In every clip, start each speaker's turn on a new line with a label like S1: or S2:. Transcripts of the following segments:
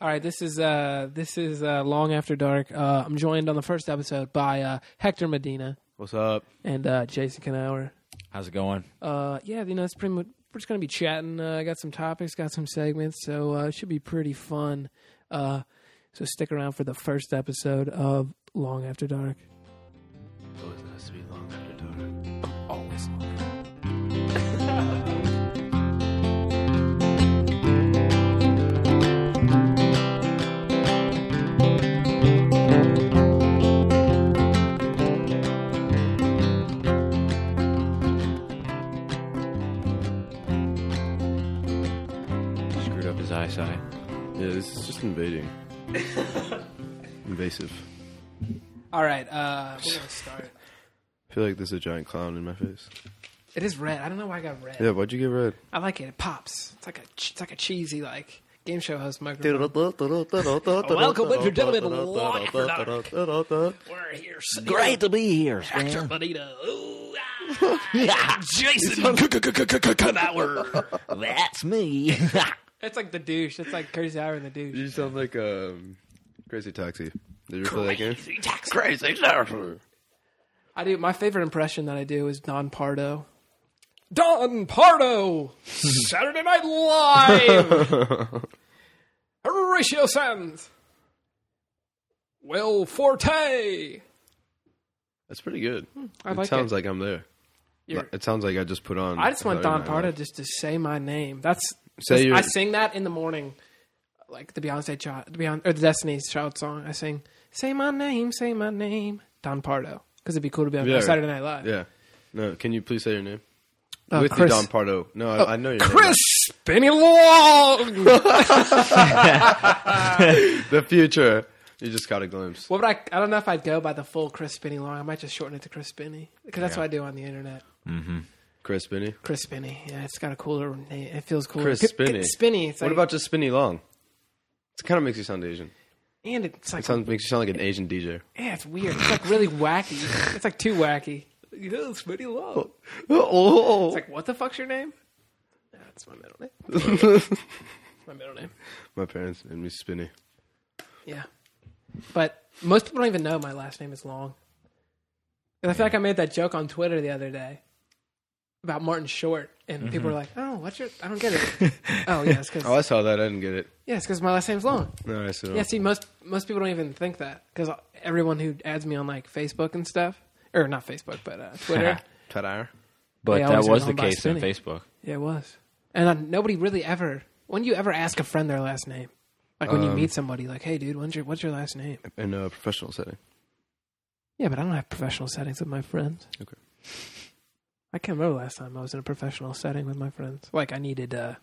S1: All right, this is uh, this is uh, long after dark. Uh, I'm joined on the first episode by uh, Hector Medina
S2: What's up?
S1: and uh, Jason Knauer.
S2: How's it going?
S1: Uh, yeah, you know, it's pretty much we're just gonna be chatting. Uh, I got some topics, got some segments, so uh, it should be pretty fun. Uh, so stick around for the first episode of Long After Dark.
S2: Always nice to be long after dark. I'm always long. Screwed up his eyesight.
S3: Yeah, this is just invading. Invasive.
S1: All right, uh, we're gonna start.
S3: I feel like there's a giant clown in my face.
S1: It is red. I don't know why I got red.
S3: Yeah, why'd you get red?
S1: I like it. It pops. It's like a it's like a cheesy like game show host microphone.
S3: Welcome,
S1: ladies and gentlemen, to Long After We're here.
S2: Great to be here,
S1: Dr. Bonita. Ooh, ah. Jason Knauer.
S2: That's me.
S1: It's like the douche. It's like Curtis Howard and the douche.
S3: You sound like um, Crazy Taxi. Did you play that game?
S2: Crazy surfer.
S1: I do. My favorite impression that I do is Don Pardo. Don Pardo, Saturday Night Live. Horatio Sands. Will Forte.
S3: That's pretty good.
S1: Hmm, I
S3: it
S1: like
S3: sounds like I'm there.
S1: You're-
S3: It sounds like I just put on.
S1: I just want
S3: Saturday
S1: Don
S3: Night
S1: Pardo
S3: Live.
S1: just to say my name. That's
S3: Say your-
S1: I sing that in the morning, like the Beyonce child, the Beyonce, or the Destiny's Child song. I sing "Say my name, say my name, Don Pardo," because it'd be cool to be on
S3: Yeah.
S1: Saturday Night Live.
S3: Yeah. No, can you please say your name?
S1: Uh,
S3: With
S1: Chris, Oh,
S3: the Don Pardo. No, I, I know your
S1: Chris Benny Long.
S3: name. The future. You just caught a glimpse.
S1: what would I? I don't know if I'd go by the full Chris Benny Long. I might just shorten it to Chris Benny because that's what I do on the internet.
S3: Chris Spinney.
S1: Chris Benny. Yeah, it's got a cooler name. It feels cooler.
S3: Chris
S1: Get- get
S3: Spinney.
S1: Spinney. It's
S3: What
S1: like,
S3: about just Spinny Long? It kind of makes you sound Asian.
S1: and it's like
S3: It sounds makes you sound like an Asian DJ.
S1: yeah, it's weird. It's like really wacky. It's like too wacky. You know, it's Benny Long.
S3: Oh,
S1: It's like, what the fuck's your name? That's my middle name. my middle name.
S3: my parents named me Spinny.
S1: Yeah. But most people don't even know my last name is long. And I feel like I made that joke on Twitter the other day about Martin Short. And people were like, oh, what's your. I don't get it. oh, yeah, it's because
S3: Mm-hmm. Oh, I saw that. I didn't get it.
S1: my last name's long.
S3: No, I saw.
S1: Yeah, see, most, most people don't even think that because everyone who adds me on like Facebook and stuff, or not Facebook, but uh, Twitter.
S3: Ta-da.
S2: But
S1: They
S2: that
S1: always
S2: was
S1: are
S2: the
S1: known by
S2: case in
S1: Spinny.
S2: Facebook.
S1: Yeah, it was. And uh, nobody really ever. When do you ever ask a friend their last name? Like when you meet somebody, like, "Hey, dude, when's your what's your last name?"
S3: In a professional setting.
S1: Yeah, but I don't have professional settings with my friends.
S3: Okay.
S1: I can't remember last time I was in a professional setting with my friends. Like I needed, uh,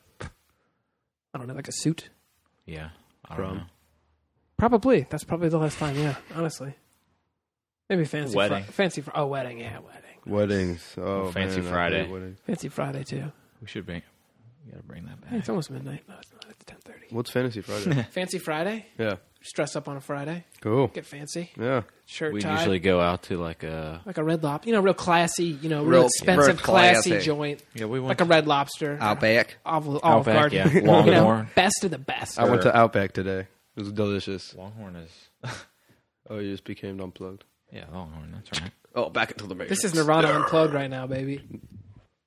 S1: I don't know, like a suit.
S2: Yeah. I
S3: Prom.
S2: don't know.
S1: Probably that's probably the last time. Yeah, honestly. Maybe fancy
S2: Wedding.
S1: Fri- fancy fr- oh wedding yeah wedding
S3: Weddings. Oh,
S2: Fancy
S3: man, I
S2: Friday.
S3: hate weddings.
S1: fancy Friday too.
S2: We should bring. We gotta bring that
S1: Hey,
S2: back.
S1: it's almost midnight. No, it's not. It's ten thirty.
S3: What's Fantasy Friday?
S1: Fancy Friday.
S3: yeah.
S1: Just dress up on a Friday.
S3: Cool.
S1: Get fancy.
S3: Yeah.
S1: Shirt
S2: We
S1: tie.
S2: usually go out to like a.
S1: like a red lobster, you know, real classy, you know, real,
S3: Real-
S1: expensive,
S3: real
S1: classy,
S3: classy.
S1: joint,
S2: Yeah, we
S1: like
S2: went.
S1: a red lobster,
S3: Outback.
S1: Olive, Olive
S2: Outback,
S1: Garden,
S2: yeah.
S1: you know,
S2: Longhorn.
S1: best of the best.
S3: I went to Outback today. It was delicious.
S2: Longhorn is.
S3: Oh, you just became unplugged.
S2: Yeah, Longhorn. That's right.
S3: Oh, back into the matrix.
S1: this is Nirvana unplugged right now, baby.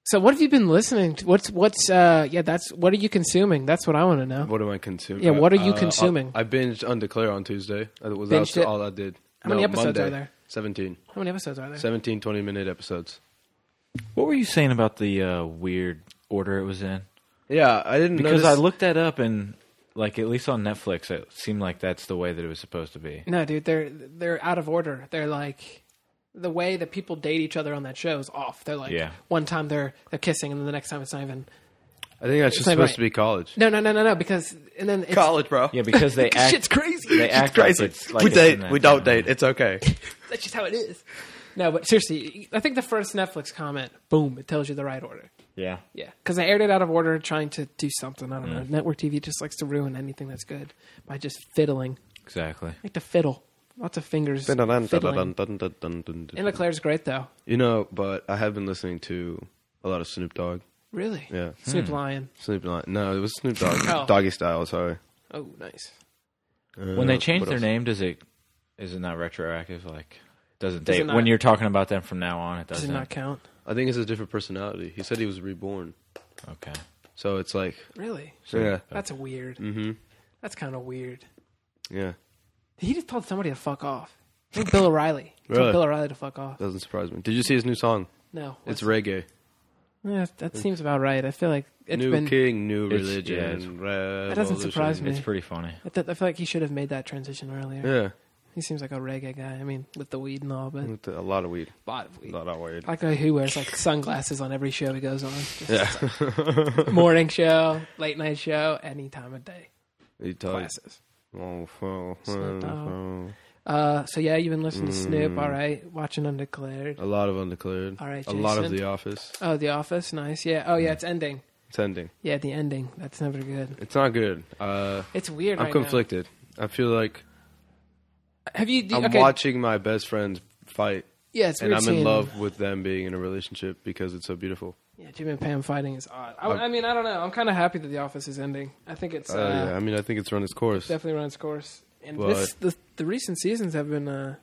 S1: So, what have you been listening to? What's what's uh yeah, that's what are you consuming? That's what I want to know.
S3: What am I consuming?
S1: Yeah, what are you
S3: Uh,
S1: consuming?
S3: I binged Undeclare on Tuesday. That was
S1: Binged
S3: that's
S1: it?
S3: all I did.
S1: How many
S3: No,
S1: episodes are
S3: Monday.
S1: there?
S3: 17.
S1: How many episodes are there?
S3: 17 20 minute episodes.
S2: What were you saying about the uh, weird order it was in?
S3: Yeah, I didn't
S2: Because I
S3: notice-
S2: looked that up and, like, at least on Netflix, it seemed like that's the way that it was supposed to be.
S1: No, dude, they're they're out of order. They're like the way that people date each other on that show is off. They're like
S2: Yeah.
S1: one time they're they're kissing, and then the next time it's not even.
S3: I think that's just
S1: Same
S3: supposed
S1: way.
S3: to be college.
S1: No, no, no, no, no. Because and then it's,
S3: College, bro.
S2: Yeah, because they act.
S1: shit's crazy.
S2: They act
S3: Crazy.
S2: Like it's, like
S3: we
S2: it's in
S3: date.
S2: that
S3: We don't
S2: genre.
S3: date. It's okay.
S1: That's just how it is. No, but seriously, I think the first Netflix comment, boom, it tells you the right order.
S2: Yeah.
S1: Yeah, because they aired it out of order, trying to do something. I don't
S2: Mm.
S1: know. Network TV just likes to ruin anything that's good by just fiddling.
S2: Exactly.
S1: I like to fiddle, lots of fingers. fiddling. And Leclerc's great though.
S3: You know, but I have been listening to a lot of Snoop Dogg.
S1: Really?
S3: Yeah,
S2: Hmm.
S1: Snoop Lion.
S3: Snoop Dogg. No, it was Snoop Dogg.
S1: Oh.
S3: Doggy Style. Sorry. Uh,
S1: Oh, nice.
S2: When they change their name, does it is it not retroactive? Like, doesn't
S1: Does
S2: date
S1: it not-
S2: when you're talking about them from now on? It
S1: Does
S2: doesn't.
S1: it not count?
S3: I think it's a different personality. He said he was reborn,
S2: okay.
S3: so it's like
S1: Really?
S2: So
S3: Yeah.
S1: That's weird.
S3: mm-hmm.
S1: That's kind of weird.
S3: Yeah,
S1: He just told somebody to fuck off. I think Bill O'Reilly. He Told
S3: Really?
S1: Bill O'Reilly to fuck off.
S3: doesn't surprise me. Did you see his new song?
S1: No.
S3: It's reggae.
S1: Yeah, that seems about right. I feel like it's
S3: new
S1: been.
S3: king, new
S2: It's-
S3: religion.
S2: yeah, it's-
S3: That
S1: doesn't surprise me.
S2: it's pretty funny.
S1: I, th- I feel like he should have made that transition earlier.
S3: Yeah,
S1: He seems like a reggae guy. I mean, with the weed and all, but Oh,
S3: With a lot of weed.
S1: a lot of
S3: A
S1: weed.
S3: Mm. lot of weed.
S1: I like how he wears like sunglasses on every show he goes on. Just
S3: Yeah,
S1: morning show, late night show, any time of day.
S3: he talks.
S1: Glasses.
S3: Oh, oh,
S1: Snoop
S3: oh.
S1: Dogg. Uh, so yeah, you've been listening to Snoop.
S3: Mm.
S1: All right, watching Undeclared.
S3: A lot of undeclared.
S1: All right,
S3: a lot of
S1: Oh, Jason.
S3: The Office.
S1: Oh, The Office, nice. Yeah. Oh yeah, it's ending.
S3: It's ending.
S1: Yeah, the ending. That's never good.
S3: It's not good. Uh,
S1: It's weird.
S3: I'm
S1: right now.
S3: conflicted. I feel like
S1: Have you? do-
S3: I'm
S1: okay.
S3: watching my best friends fight,
S1: yeah, it's
S3: and
S1: weird
S3: I'm in
S1: seeing-
S3: love with them being in a relationship because it's so beautiful.
S1: Yeah, Jim and Pam fighting is odd. I, I mean, I don't know. I'm kind of happy that The Office is ending. I think it's
S3: Uh,
S1: uh,
S3: yeah, I mean, I think it's run its course.
S1: definitely run its course. And
S3: But-
S1: this the the recent seasons have been. Uh,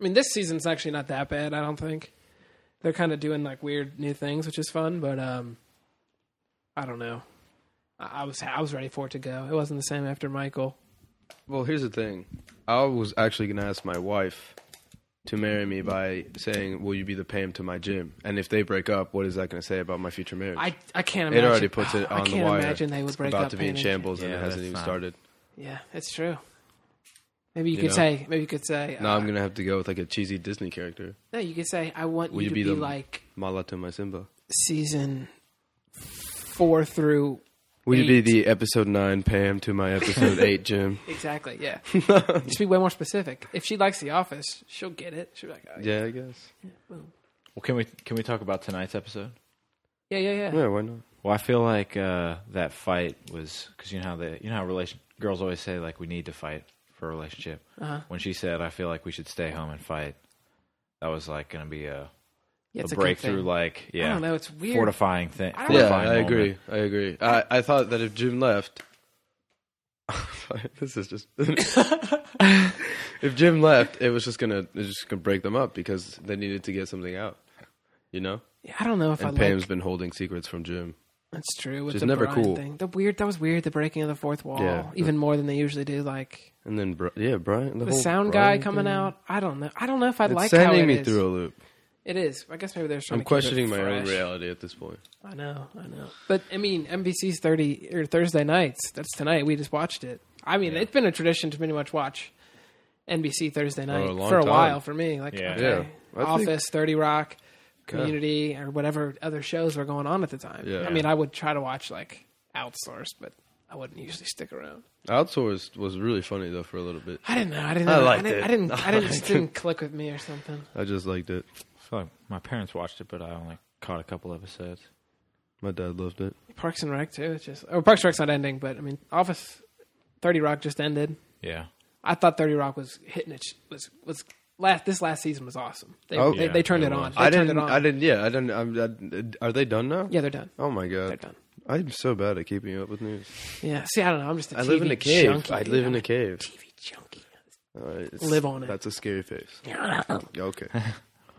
S1: I mean, this season's actually not that bad. I don't think they're kind of doing like weird new things, which is fun. But um, I don't know. I, I was I was ready for it to go. It wasn't the same after Michael.
S3: Well, here's the thing. I was actually going to ask my wife to marry me by saying, "Will you be the Pam to my gym?" And if they break up, what is that going to say about my future marriage?
S1: I I can't.
S3: it
S1: Imagine,
S3: already puts it
S1: I
S3: on the
S1: can't
S3: wire.
S1: imagine they would
S3: It's
S1: break
S3: about
S1: up.
S3: to be in
S1: panicking.
S3: shambles, and
S2: Yeah,
S3: it hasn't
S2: that's
S3: even
S2: not-
S3: started.
S1: Yeah, it's true. Maybe you,
S3: You
S1: could
S3: know?
S1: say. Maybe you could say.
S3: Now
S1: uh,
S3: I'm going to have to go with like a cheesy Disney character,
S1: No, you could say I want you,
S3: Will you
S1: to
S3: be
S1: be,
S3: the-
S1: like
S3: Mala to my Simba.
S1: season four through
S3: Will you be
S1: Eight.
S3: the episode nine Pam to my episode eight Jim?
S1: exactly. Yeah, just be way more specific. If she likes The Office, she'll get it. She'll be like, oh, yeah.
S3: Yeah, I guess.
S1: boom.
S2: Well, can we can we talk about tonight's episode?
S1: yeah, yeah, yeah,
S3: Yeah, why not?
S2: Well, I feel like uh, that fight was because you know how the you know how relation girls always say like we need to fight for a relationship.
S1: Uh-huh.
S2: When she said, "I feel like we should stay home and fight," that was like going to be a,
S1: yeah
S2: a
S1: it's a, good
S2: breakthrough,
S1: thing.
S2: like yeah,
S1: I don't know. It's weird.
S2: fortifying thing.
S1: I don't-
S3: Yeah, I
S2: fortifying moment.
S3: agree. I agree. I, I thought that if Jim left, Sorry, this is just if Jim left, it was just gonna it was just gonna break them up because they needed to get something out, you know.
S1: Yeah, I don't know if
S3: And
S1: I
S3: Pam's
S1: like.
S3: been holding secrets from Jim.
S1: That's true. With
S3: she's
S1: the
S3: never
S1: Brian
S3: cool.
S1: Thing. The weird. That was weird. The breaking of the fourth wall.
S3: Yeah.
S1: Even more than they usually do. Like
S3: And then Bri- yeah, Brian, the,
S1: the
S3: whole
S1: sound
S3: Brian
S1: guy coming
S3: thing.
S1: out. I don't know. I don't know if I
S3: It's
S1: like how
S3: sending
S1: it
S3: me
S1: is.
S3: through a loop.
S1: It is. I guess maybe there's.
S3: I'm questioning my own reality at this point.
S1: I know, I know. But I mean, NBC's thirty or Thursday nights. That's tonight. We just watched it. I mean, it's been a tradition to pretty much watch NBC Thursday night
S3: a long
S1: for a
S3: time.
S1: while for me. Like,
S2: Yeah.
S1: okay,
S3: Yeah. I think-
S1: Office, Thirty Rock, Community, or whatever other shows were going on at the time.
S3: Yeah.
S1: I mean, I would try to watch like outsourced, but I wouldn't usually stick around.
S3: Outsourced was really funny though for a little bit.
S1: I didn't know. I didn't.
S3: I
S1: Know.
S3: liked
S1: didn't,
S3: it.
S1: I didn't. I didn't. Just didn't click with me or something.
S3: I just liked it.
S2: I feel like my parents watched it, but I only caught a couple episodes.
S3: My dad loved it.
S1: Parks and Rec too. It's just. Oh, Parks and Rec's not ending, but I mean, Office, Thirty Rock just ended.
S2: Yeah,
S1: I thought Thirty Rock was hitting it. Was was last this last season was awesome. They
S3: Oh.
S1: they,
S2: Yeah,
S1: they turned it,
S2: it
S1: on.
S2: was.
S1: They
S3: I
S1: turned
S3: didn't.
S1: it on.
S3: I didn't. Yeah, I didn't. I'm, I, are they done now?
S1: yeah, they're done.
S3: Oh my
S1: They're
S3: god.
S1: done.
S3: I'm so bad at keeping up with news.
S1: Yeah. See, I don't know. I'm just. A
S3: I live in
S1: TV
S3: a cave.
S1: Junkie,
S3: I
S1: dude.
S3: live in
S1: I'm
S3: a cave.
S1: TV junkie.
S3: All right, it's-
S1: Live on it.
S3: That's a scary face. Okay.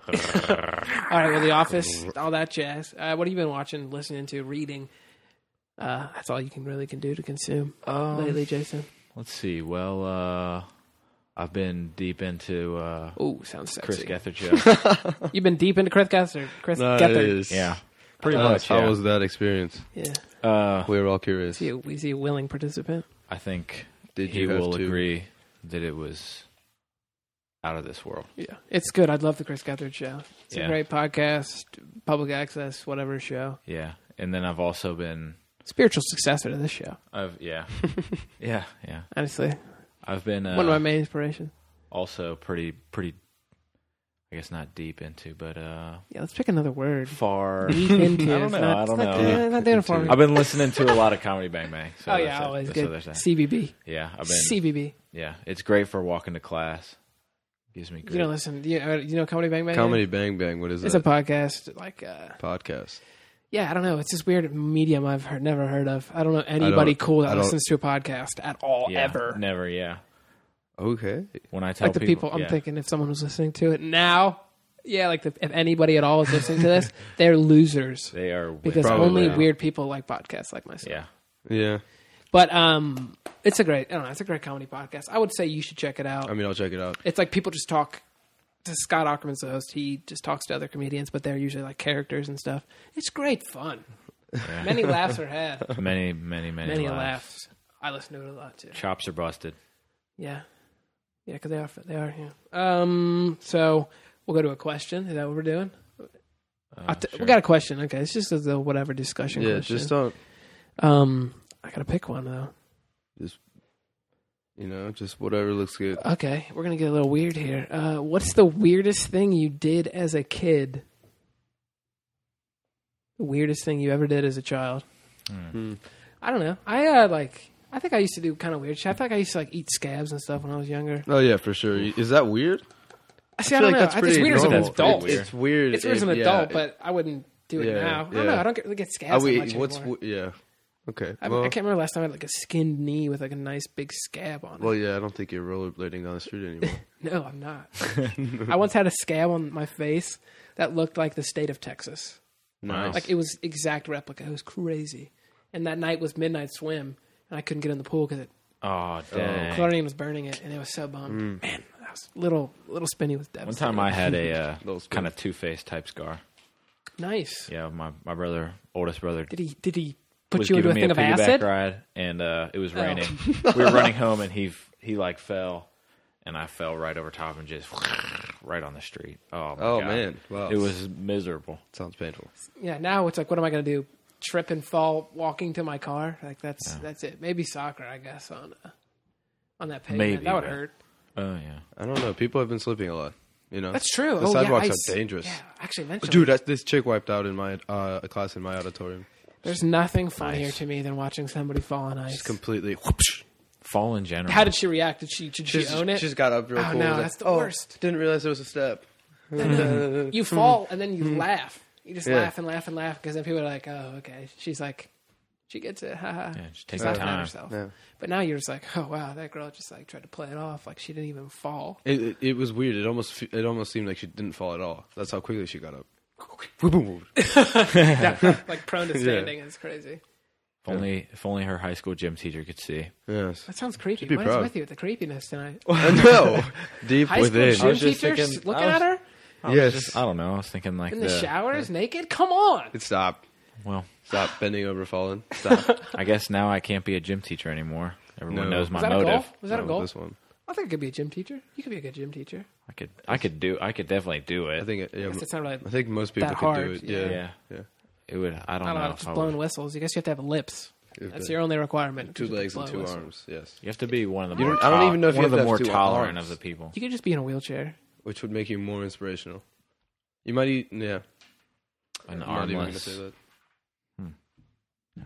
S1: All right. Well, The Office, all that jazz. Uh, what have you been watching, listening to, reading? Uh, that's all you can really can do to consume
S3: Um,
S1: lately, Jason.
S2: let's see. Well, uh, I've been deep into uh,
S1: Oh, sounds sexy.
S2: Chris Gethard show.
S1: You've been deep into Chris Gethard. Chris Gethard.
S2: yeah, pretty
S3: Uh,
S2: much.
S3: How
S2: yeah.
S3: was that experience?
S1: Yeah.
S2: Uh,
S3: We were all curious.
S1: See, we see a willing participant.
S2: I think
S3: Did
S2: he
S3: you have
S2: will
S3: to-
S2: agree that it was out of this world.
S1: Yeah. It's good. I'd love the Chris Gethard show. It's a
S2: Yeah.
S1: great podcast, public access, whatever show.
S2: Yeah, and then I've also been,
S1: spiritual successor to this show.
S2: I've yeah, yeah, yeah.
S1: Honestly,
S2: I've been uh,
S1: one of my main inspirations.
S2: also pretty pretty. I guess not deep into, but uh,
S1: Yeah, let's pick another word.
S2: far.
S1: Deep into.
S2: I don't
S1: It's
S2: know,
S1: Not,
S2: I
S1: it's
S2: don't
S1: not,
S2: know.
S1: uh, not doing it for me.
S2: I've been listening to a lot of comedy Bang Bang. So
S1: oh
S2: that's
S1: yeah,
S2: it.
S1: always
S2: So
S1: good.
S2: there's that.
S1: CBB.
S2: Yeah, I've been.
S1: CBB.
S2: yeah, it's great for walking to class. Gives me
S1: You
S2: great.
S1: don't listen. You, uh, you know Comedy Bang Bang.
S3: Comedy Bang Bang. What is
S1: It's a
S3: that?
S1: podcast. Like, uh,
S3: podcast.
S1: yeah, I don't know. It's this weird medium I've heard, never heard of. I don't know anybody cool
S3: I
S1: that
S3: don't-
S1: listens to a podcast at all
S2: yeah,
S1: ever.
S2: Never. Yeah,
S3: Okay.
S2: When I tell
S1: Like the people, I'm
S2: yeah.
S1: thinking if someone was listening to it now, yeah, like the, if anybody at all is listening to this, they're losers
S2: they are with-
S1: because
S3: Probably
S1: only
S3: not.
S1: weird people like podcasts like myself.
S2: yeah.
S3: Yeah.
S1: But um, it's a great, I don't know, it's a great comedy podcast. I would say you should check it out.
S2: Um,
S3: I mean, I'll check it out.
S1: it's like people just talk. Scott Ackerman's the host. He just talks to other comedians, but they're usually like characters and stuff. It's great fun. Many laughs are had.
S2: Many, many, many,
S1: Many
S2: laughs.
S1: laughs. I listen to it a lot too.
S2: Chops are busted.
S1: Yeah, yeah, because they are. They are. Yeah. Um. So we'll go to a question. Is that what we're doing?
S2: Uh,
S1: I'll t-
S2: sure.
S1: We got a question. Okay, it's just a whatever discussion
S3: Yeah.
S1: question.
S3: Just don't.
S1: um, I gotta pick one though.
S3: You know, just whatever looks good.
S1: Okay, we're gonna get a little weird here. Uh, what's the weirdest thing you did as a kid? The weirdest thing you ever did as a child?
S3: Hmm.
S1: I don't know. I uh, like. I think I used to do kind of weird shit. I think I used to like eat scabs and stuff when I was younger.
S3: Oh yeah, for sure. Is that weird?
S1: I see. I, don't know. I think it's weird as
S2: normal.
S1: an adult.
S2: Pretty
S1: It's,
S2: weird.
S3: It's
S1: weird
S3: weird.
S1: as an
S3: It- yeah,
S1: adult,
S3: it-
S1: but I wouldn't do it
S3: Yeah,
S1: now. I don't
S3: yeah.
S1: know. I don't get, really get
S3: Are
S1: scabs that
S3: we,
S1: much
S3: what's
S1: anymore.
S3: w- yeah? Okay.
S1: I,
S3: well,
S1: I can't remember last time I had like a skinned knee with like a nice big scab on it.
S3: well, yeah. I don't think you're rollerblading on the street anymore.
S1: No, I'm not. I once had a scab on my face that looked like the state of Texas.
S3: Oh.
S2: Nice.
S1: Like it was exact replica. It was crazy. And that night was midnight swim, and I couldn't get in the pool because it
S2: Oh dang!
S1: chlorine was burning it, and it was so bummed.
S3: Mm.
S1: Man, I was little little spinny was
S2: One
S1: devastated.
S2: time I had a uh,
S3: Little spoon.
S2: kind of two faced type scar.
S1: nice.
S2: Yeah, my my brother, oldest brother,
S1: Did he did he put
S2: was
S1: you into
S2: giving
S1: a
S2: me
S1: thing
S2: a
S1: of
S2: piggyback
S1: acid? Oh.
S2: ride, and uh, it was raining. we were running home, and he f- he like fell, and I fell right over top and just right on the street. Oh, my
S3: Oh,
S2: God.
S3: man. Wow.
S2: it was miserable.
S3: Sounds painful.
S1: Yeah. Now it's like, what am I going to do? Trip and fall walking to my car? Like that's that's it. Maybe soccer, I guess on uh, on that pavement.
S2: Maybe,
S1: that would
S2: but-
S1: hurt.
S2: Oh yeah,
S3: I don't know. People have been slipping a lot. You know,
S1: That's true.
S3: The
S1: oh,
S3: sidewalks
S1: yeah, I
S3: are
S1: s-
S3: dangerous.
S1: Yeah, actually, eventually,
S3: Dude, I, this chick wiped out in my uh, a class in my auditorium.
S1: there's nothing funnier
S2: Nice.
S1: to me than watching somebody fall on ice.
S3: Just completely. Whoopsh.
S2: fall in general.
S1: How did she react? Did she did she
S3: She's-
S1: own it?
S3: She just got up real
S1: Oh, no,
S3: cool. was like,
S1: that's the
S3: "Oh,
S1: worst."
S3: Didn't realize it was a step.
S1: you fall and then you laugh. You just
S3: Mm-hmm. Yeah.
S1: laugh and laugh and laugh because then people are like, "Oh, okay." She's like, she gets it. Ha ha.
S2: Yeah, just take
S1: She's
S2: your
S1: laughing at
S2: time.
S1: herself.
S3: Yeah.
S1: But now you're just like, "Oh wow, that girl just like tried to play it off like she didn't even fall."
S3: It, it, it was weird. It almost fe- it almost seemed like she didn't fall at all. That's how quickly she got up. That's
S1: Yeah, like prone to standing. It's crazy.
S2: if only if only her high school gym teacher could see.
S3: Yes.
S1: That sounds creepy.
S3: be
S1: What is
S3: proud.
S1: with you with the creepiness tonight?
S3: I know. Deep
S1: High school
S3: within.
S2: I
S1: gym
S2: was just
S1: teachers
S2: thinking-
S1: looking
S2: I was-
S1: at her
S2: I was
S3: Yes.
S2: just- I don't know. I was thinking like
S1: in the showers naked. Come on.
S3: Stop.
S2: Well,
S3: Stop bending over, falling. Stop.
S2: I guess now I can't be a gym teacher anymore. Everyone
S3: No.
S2: knows
S1: Was
S2: my
S1: that a
S2: motive.
S1: goal? Was that
S3: Not
S1: a
S3: with
S1: goal?
S3: This one.
S1: I think I could be a gym teacher. You could be a good gym teacher.
S2: I could I could do I could definitely do it.
S3: I think. It, yeah,
S1: Guess it's not really
S3: I think most people
S1: that
S3: could
S1: hard,
S3: do it.
S1: yeah.
S3: Yeah.
S2: yeah. It would. I don't,
S1: I don't
S2: know.
S1: know.
S2: if
S1: Just
S2: I would.
S1: blowing whistles. You guess you have to have lips.
S3: If
S1: That's
S3: the-
S1: your only requirement.
S3: Two
S1: Just
S3: legs
S1: blow
S3: and two
S1: whistle.
S3: arms. Yes.
S2: You have to be one of the.
S3: You
S2: more
S3: don't- I don't
S2: tol-
S3: even know if you
S2: one of
S3: have
S2: the
S3: to
S2: more
S3: have two
S2: tolerant
S3: arms.
S2: of the people.
S1: You could just be in a wheelchair.
S3: Which would make you more inspirational. You might eat. Yeah. I'm
S2: An
S3: not even gonna
S2: armless.
S3: say that.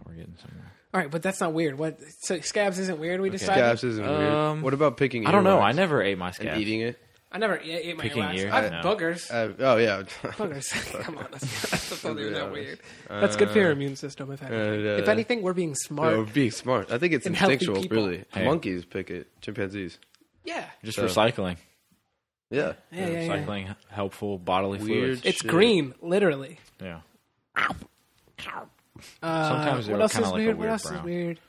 S2: We're getting somewhere.
S1: All right, but that's not weird. What? So scabs isn't weird. We decided.
S3: Scabs isn't
S2: Um,
S3: weird. What about picking?
S2: I don't know.
S3: earwax
S2: I never ate my
S3: and
S2: scab.
S3: eating it.
S1: I never ate, ate my
S2: Picking
S1: earwax.
S2: ear?
S1: I have
S2: No.
S1: boogers.
S3: Uh, oh yeah.
S1: boogers. Come on, that's, that's not even that
S3: Yeah.
S1: weird. That's good for your immune system. If anything,
S3: uh,
S1: if anything we're being smart.
S3: No, being smart. I think it's
S1: And healthy
S3: instinctual,
S1: people.
S3: really.
S2: Hey.
S3: Monkeys pick it. Chimpanzees.
S1: yeah.
S2: Just
S3: So-
S2: recycling.
S3: Yeah.
S1: Yeah, yeah, yeah.
S2: Recycling helpful bodily
S3: Weird.
S2: fluids.
S1: It's
S3: Shit.
S1: green, literally.
S2: Yeah.
S1: Uh,
S2: Sometimes they
S1: what
S2: were
S1: else is
S2: kinda like a
S1: weird? What
S2: weird
S1: else is
S2: brown.
S1: weird?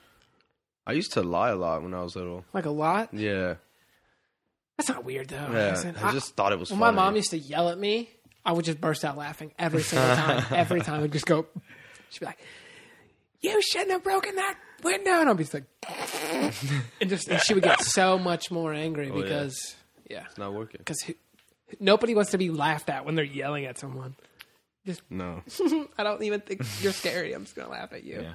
S3: I used to lie a lot when I was little.
S1: Like a lot.
S3: Yeah.
S1: That's not weird though.
S3: Yeah.
S1: is it?
S3: I just thought it was
S1: When
S3: funny.
S1: my mom used to yell at me, I would just burst out laughing every single time. every time I'd just go, she'd be like, "You shouldn't have broken that window," and I'd be just like, and just and she would get so much more angry
S2: Oh,
S3: yeah.
S1: because yeah,
S3: It's not working.
S1: because nobody wants to be laughed at when they're yelling at someone.
S3: No.
S1: I don't even think you're scary. I'm just gonna laugh at you.
S2: Yeah.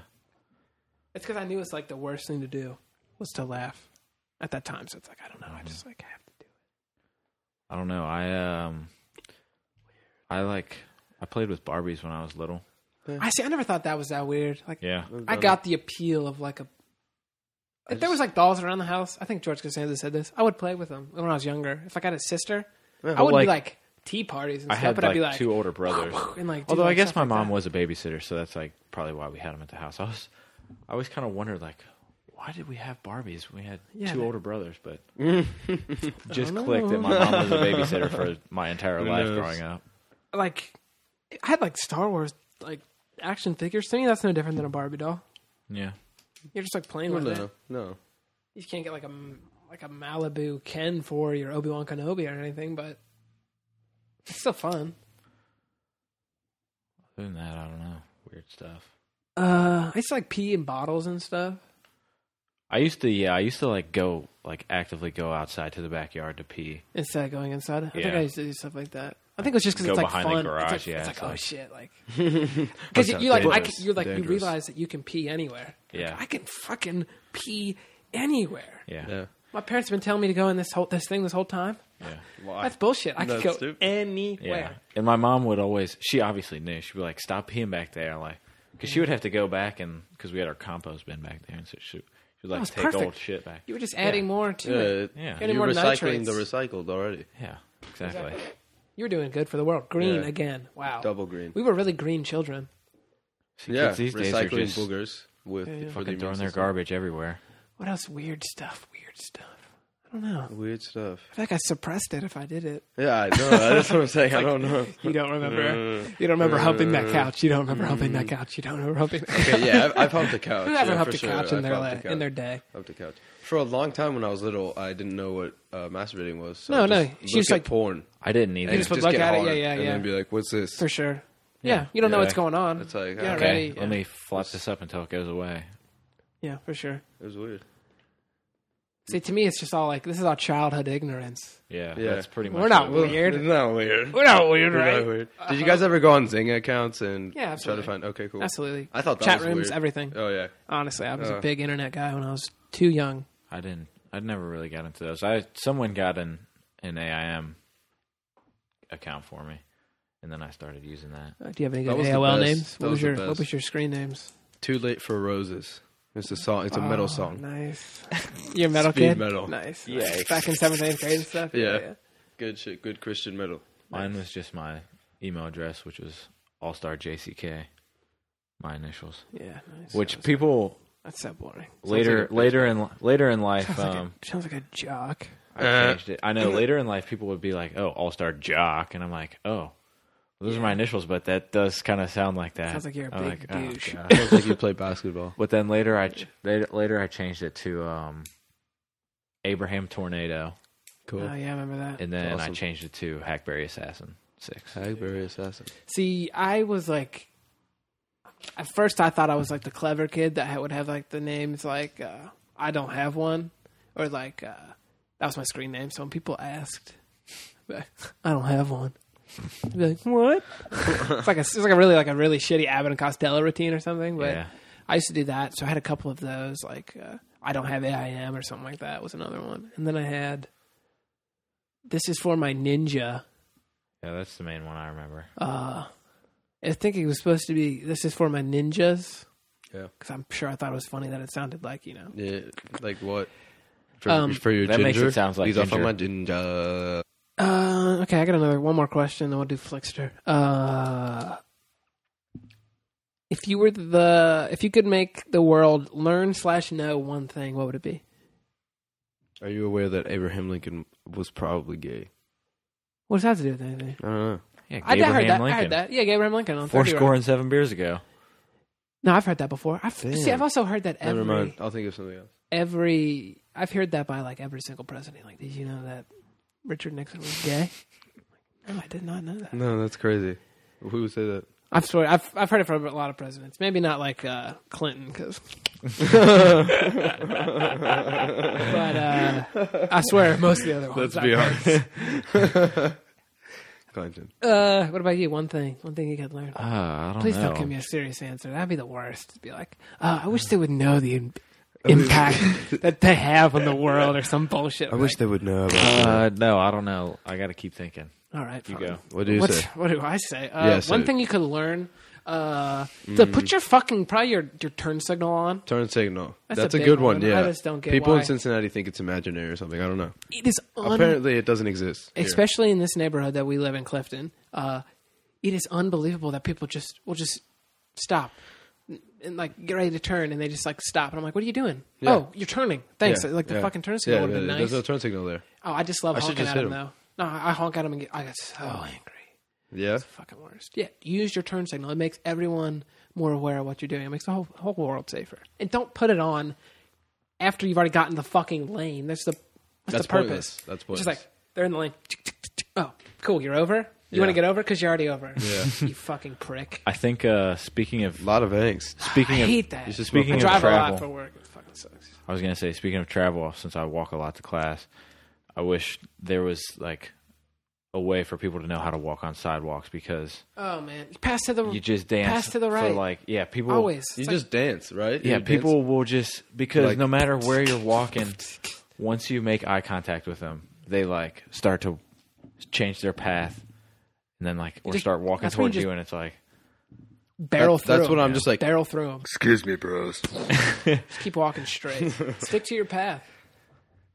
S1: It's because I knew it's like the worst thing to do was to laugh at that time. So it's like I don't know. I just like have to do it.
S2: I don't know. I um. I like. I played with Barbies when I was little.
S1: I see. I never thought that was that weird. Like
S2: Yeah.
S1: I got the appeal of like a. If there was like dolls around the house, I think George Costanza said this. I would play with them when I was younger. If like, I got a sister, I would be like tea parties and
S2: I
S1: stuff.
S2: had
S1: but I'd
S2: like,
S1: be like
S2: two older brothers.
S1: and like. do,
S2: Although I
S1: like,
S2: guess
S1: stuff
S2: my
S1: like
S2: mom
S1: that.
S2: was a babysitter, so that's like probably why we had him at the house. I was, I always kind of wondered like, why why did we have Barbies? We had
S1: Yeah,
S2: two
S1: they-
S2: older brothers, but just clicked that my mom was a babysitter for my entire
S3: Who
S2: life
S3: knows?
S2: growing up.
S1: Like, I had like Star Wars like action figures. To me, that's no different than a Barbie doll.
S2: Yeah.
S1: You're just like playing
S3: Well,
S1: with
S3: no,
S1: it.
S3: no.
S1: You can't get like a m- like a Malibu Ken for your Obi Wan Kenobi or anything, but it's still fun.
S2: Other than that, I don't know. Weird stuff.
S1: Uh, I used to like pee in bottles and stuff.
S2: I used to, yeah, I used to like go, like actively go outside to the backyard to pee.
S1: instead of going inside. I think
S2: Yeah.
S1: I used to do stuff like that. I think it was just because
S2: Go
S1: it's like
S2: behind the
S1: fun. it's
S2: garage,
S1: like,
S2: yeah,
S1: it's like
S2: it's
S1: oh
S2: like-
S1: shit, like because you,
S2: sounds
S1: you like I
S2: dangerous.
S1: can, you like you
S3: Dangerous.
S1: realize that you can pee anywhere. Like,
S2: Yeah.
S1: I can fucking pee anywhere.
S2: Yeah.
S3: Yeah.
S1: My parents have been telling me to go in this whole this thing this whole time.
S2: Yeah.
S1: That's bullshit. I can
S3: That's
S1: go
S3: stupid.
S2: Yeah.
S1: anywhere.
S2: And my mom would always, she obviously knew. She'd be like, stop peeing back there. Like, because she would have to go back and, because we had our compost bin back there. And so she, she would like
S1: was
S2: take
S1: perfect.
S2: old shit back.
S1: You were just adding more to
S3: Yeah.
S1: it.
S2: Yeah.
S1: Any
S3: You're
S1: more
S3: recycling
S1: nitrates?
S3: the recycled already.
S2: Yeah. Exactly.
S1: You were doing good for the world. Green
S3: Yeah.
S1: again. Wow.
S3: Double green.
S1: We were really green children.
S2: See,
S3: yeah.
S2: kids these days are
S3: recycling
S2: just
S3: boogers with for the
S2: fucking
S3: immune
S2: throwing their
S3: system.
S2: garbage everywhere.
S1: What else? Weird stuff. Weird stuff. I don't know.
S3: Weird stuff.
S1: I feel like I suppressed it if I did it.
S3: Yeah, I know. That's what I'm saying. I don't know.
S1: You don't remember.
S3: Mm.
S1: You don't remember humping that couch. You don't remember humping that couch. You don't remember humping. That couch.
S3: Okay, yeah, I've, I've humped a couch.
S1: Who hasn't
S3: yeah,
S1: humped
S3: for
S1: a couch
S3: sure.
S1: in
S3: I've
S1: their
S3: humped
S1: life,
S3: a
S1: in their
S3: couch.
S1: day?
S3: Humped a couch. For a long time when I was little, I didn't know what uh, masturbating was. So
S1: No,
S3: I
S1: no,
S3: just
S1: she was
S3: look
S1: like-
S3: at porn.
S2: I didn't
S3: and
S2: either.
S1: just would look
S3: get
S1: at it,
S3: hard
S1: yeah, yeah,
S3: and
S1: yeah.
S3: then be like, "What's this?"
S1: for sure. Yeah, you don't know
S2: Yeah.
S1: what's going on.
S3: It's like,
S1: yeah,
S3: okay,
S1: already,
S2: okay.
S1: yeah.
S2: Let me flop this up until it goes away.
S1: yeah, for sure.
S3: It was weird.
S1: See, to me, it's just all like this is our childhood ignorance.
S2: Yeah.
S3: Yeah.
S2: That's pretty much
S1: We're not
S2: what it was.
S1: Weird.
S3: It's not weird.
S1: We're not weird,
S3: It's
S1: right?
S3: not weird. Did you guys ever go on Zynga accounts and
S1: Yeah,
S3: try to
S1: absolutely.
S3: find? Okay, cool.
S1: Absolutely.
S3: I thought that
S1: chat
S3: was
S1: rooms,
S3: weird.
S1: everything.
S3: Oh yeah.
S1: Honestly, I was a
S3: Uh.
S1: big internet guy when I was too young.
S2: I didn't. I never really got into those. I someone got an an AIM account for me, and then I started using that.
S1: Uh, Do you have any
S3: That
S1: good
S3: was the
S1: AOL
S3: best.
S1: names?
S3: That
S1: What was,
S3: was the
S1: your
S3: best.
S1: What was your screen names?
S3: Too late for roses. It's a song. It's a metal
S1: Oh,
S3: song.
S1: Nice. You're a metal
S3: Speed
S1: kid.
S3: metal.
S1: Nice.
S2: Yeah.
S1: Back in seventh, eighth grade and stuff.
S3: Yeah. Good shit. Good Christian metal.
S2: Mine was just my email address, which was All Star JCK, my initials.
S1: Yeah. yeah nice.
S2: Which people
S1: That's so boring.
S2: later later in later in life
S1: Sounds, like
S2: um,
S1: a, sounds like a jock.
S2: I changed it. I know later in life people would be like, "Oh, All Star Jock," and I'm like, "Oh, well, those are my initials," but that does kind of sound like that.
S1: Sounds like you're a
S2: I'm
S1: big douche.
S2: God.
S3: I don't think you played basketball.
S2: But then later I ch- later, later I changed it to um, Abraham Tornado,
S3: Cool.
S1: Oh yeah, I remember that.
S2: and then I
S3: Awesome.
S2: changed it to Hackberry Assassin Six.
S3: Hackberry assassin.
S1: See, I was like, at first I thought I was like the clever kid that ha- would have like the names like uh, I don't have one, or like uh, that was my screen name. So when people asked, I don't have one. I'd be like, what? it's like a, it's like a really like a really shitty Abbott and Costello routine or something. But
S2: Yeah.
S1: I used to do that, so I had a couple of those. Like uh, I don't have AIM or something like that was another one, and then I had this is for my ninja.
S2: Yeah, that's the main one I remember.
S1: Uh, I think it was supposed to be this is for my ninjas
S3: Yeah.
S1: because I'm sure I thought it was funny that it sounded like you know.
S3: Yeah. Like what? For,
S1: Um,
S3: for your
S2: That
S3: ginger.
S2: makes it sounds like
S3: These are for
S2: ginger.
S3: my ginger.
S1: Uh, okay, I got another one more question, then we'll do Flickster. Uh, if you were the if you could make the world learn slash know one thing, what would it be?
S3: Are you aware that Abraham Lincoln was probably gay?
S1: What does that have to do with anything?
S3: I don't know.
S2: Yeah,
S1: I, I heard that.
S2: Abraham
S1: I heard
S2: Lincoln.
S1: that. Yeah, Abraham Lincoln on
S2: Four
S1: 30
S2: score and seven beers ago.
S1: No, I've heard that before. I've, see,
S3: Damn.
S1: I've also heard that every
S3: Never mind. I'll think of something else.
S1: every I've heard that by like every single president. Like, did you know that Richard Nixon was gay? no, I did not know that.
S3: No, that's crazy. Who would say that?
S1: I've swear I've I've heard it from a lot of presidents. Maybe not like uh, Clinton, because. but uh, I swear, most of the other ones.
S3: Let's be honest. Clinton.
S1: Uh, what about you? One thing, one thing you could learn.
S2: Uh, I don't
S1: Please
S2: know.
S1: don't give me a serious answer. That'd be the worst. Be like, uh, I wish they would know the im- impact that they have on the world, or some bullshit.
S3: I wish they would know about
S2: Uh, no, I don't know. I got to keep thinking.
S1: All right,
S2: You
S1: fine.
S2: go.
S3: What do you
S1: What's-
S3: say?
S1: What do I say? Uh,
S3: Yeah, so- Mm.
S1: one thing you could learn uh, to put your fucking probably your, your turn signal on.
S3: Turn signal.
S1: That's
S3: That's,
S1: a
S3: a,
S1: big
S3: good
S1: one.
S3: one,
S1: I
S3: yeah.
S1: just don't get
S3: People
S1: why.
S3: in Cincinnati think it's imaginary or something. I don't know.
S1: It is un-
S3: Apparently, it doesn't exist. here.
S1: especially in this neighborhood that we live in, Clifton. Uh, it is unbelievable that people just will just stop. and like get ready to turn, and they just like stop, and I'm like, "What are you doing?
S3: Yeah.
S1: Oh, you're turning. Thanks." Like the
S3: yeah.
S1: fucking turn signal
S3: Yeah,
S1: would have been
S3: yeah,
S1: nice.
S3: There's no turn signal there.
S1: oh, I just love
S3: I should
S1: honking
S3: just
S1: at
S3: hit
S1: him,
S3: him. Oh.
S1: though. No, I I honk at him and get, I got so angry.
S3: Yeah.
S1: Fucking worst. Yeah, use your turn signal. It makes everyone more aware of what you're doing. It makes the whole whole world safer. And don't put it on after you've already gotten the fucking lane. That's the that's,
S3: That's
S1: the purpose.
S3: pointless. That's
S1: It's
S3: pointless.
S1: Just like they're in the lane. Oh, cool. You're over. You
S3: Yeah.
S1: want to get over because you're already over.
S3: Yeah.
S1: you fucking prick.
S2: I think uh, speaking of
S3: a lot of angst.
S2: speaking
S1: I
S2: of
S1: hate that.
S3: You should
S2: speaking
S1: I
S2: of
S1: drive a
S2: travel,
S1: lot for work. It fucking sucks.
S2: I was gonna say, speaking of travel, since I walk a lot to class, I wish there was like a way for people to know how to walk on sidewalks because
S1: Oh man, you pass to the
S2: you just dance
S1: Pass to the
S2: for,
S1: right.
S2: like yeah, people
S1: always.
S3: You
S1: It's like-
S3: just dance, right?
S2: yeah,
S3: You
S2: people will just because
S3: Like-
S2: no matter where you're walking, once you make eye contact with them, they like start to change their path, and then like or
S1: just-
S2: start walking
S1: that's when you
S2: towards you,
S1: just-
S2: and it's like
S1: barrel
S3: That-
S1: through.
S3: that's what
S1: 'em.
S3: I'm just like-
S1: Barrel through them.
S4: Excuse me, bros.
S1: Just keep walking straight. Stick to your path.
S3: dance.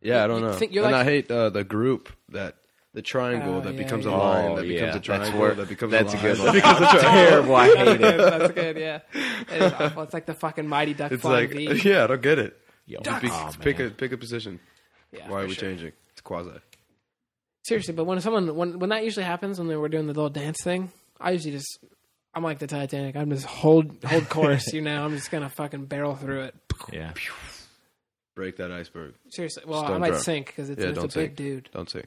S3: Yeah, I don't
S1: you
S3: know.
S1: think you're
S3: and
S1: like-
S3: I hate uh, the group that the triangle
S1: Oh,
S3: that
S1: yeah,
S3: becomes
S1: yeah.
S3: a line, that
S2: Oh, yeah,
S3: becomes a
S2: that's
S3: triangle,
S2: where-
S3: that becomes
S2: that's
S3: a
S2: a
S3: line.
S2: good
S3: that
S2: one.
S3: becomes a triangle.
S2: terrible. "Oh, I hate it.
S1: that's good. Yeah, it is awful. It's like the fucking Mighty Duck.
S3: It's
S1: flying
S3: like, uh,
S1: V.
S3: yeah, I don't get it.
S2: Yo,
S3: Just be-
S2: aw,
S3: pick a
S2: Oh, man.
S3: pick a position.
S1: Yeah,
S3: Why
S1: for
S3: are we
S1: sure.
S3: changing? It's quasi.
S1: Seriously, but when someone when when that usually happens when they were doing the little dance thing, I usually just I'm like the Titanic. I'm just hold hold course. you know, I'm just gonna fucking barrel through it.
S2: yeah.
S3: Break that iceberg.
S1: Seriously, well,
S3: Just
S1: I
S3: don't
S1: might
S3: drown.
S1: sink because it's,
S3: Yeah,
S1: it's a
S3: don't sink.
S1: big dude.
S3: Don't sink.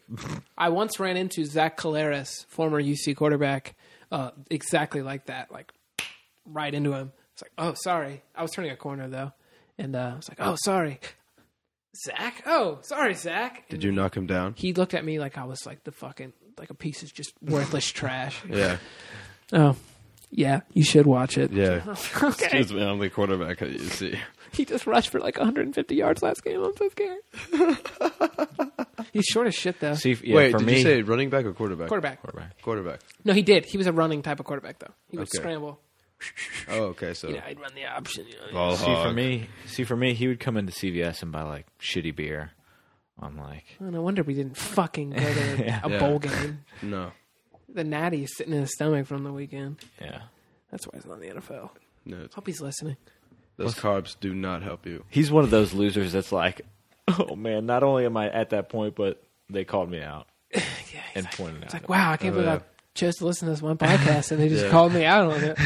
S1: I once ran into Zach Caleras, former UC quarterback, uh, exactly like that, like right into him. It's like, oh, sorry. I was turning a corner though, and uh, I was like, oh, sorry, Zach. Oh, sorry, Zach.
S3: Did you knock him down?
S1: He looked at me like I was like the fucking like a piece of just worthless trash.
S3: Yeah,
S1: Oh, yeah, you should watch it.
S3: yeah.
S1: okay.
S3: Excuse me, I'm the quarterback at UC.
S1: He just rushed for like 150 yards last game. I'm so scared. He's short as shit though.
S2: See, yeah,
S3: Wait,
S2: for
S3: did
S2: me,
S3: you say running back or quarterback?
S1: quarterback.
S2: quarterback.
S3: Quarterback.
S1: No, he did. He was a running type of quarterback though. He would
S3: Okay.
S1: scramble.
S3: Oh, okay. So
S1: You know, I'd run the option. You know.
S3: Ball
S2: See for
S3: hog.
S2: me, see for me, he would come into CVS and buy like shitty beer. I'm like,
S1: Well, no wonder we didn't fucking go to a
S3: Yeah.
S1: bowl game.
S3: No,
S1: The natty is sitting in his stomach from the weekend.
S2: yeah.
S1: That's why he's not in the NFL.
S3: no.
S1: Hope he's listening.
S3: Those carbs do not help you.
S2: He's one of those losers that's like, oh man, not only am I at that point, but they called me out
S1: Yeah, he's
S2: and
S1: like,
S2: pointed
S1: it's
S2: out.
S1: like, wow, I can't believe
S3: yeah.
S1: I chose to listen to this one podcast and they just
S3: Yeah.
S1: called me out on it.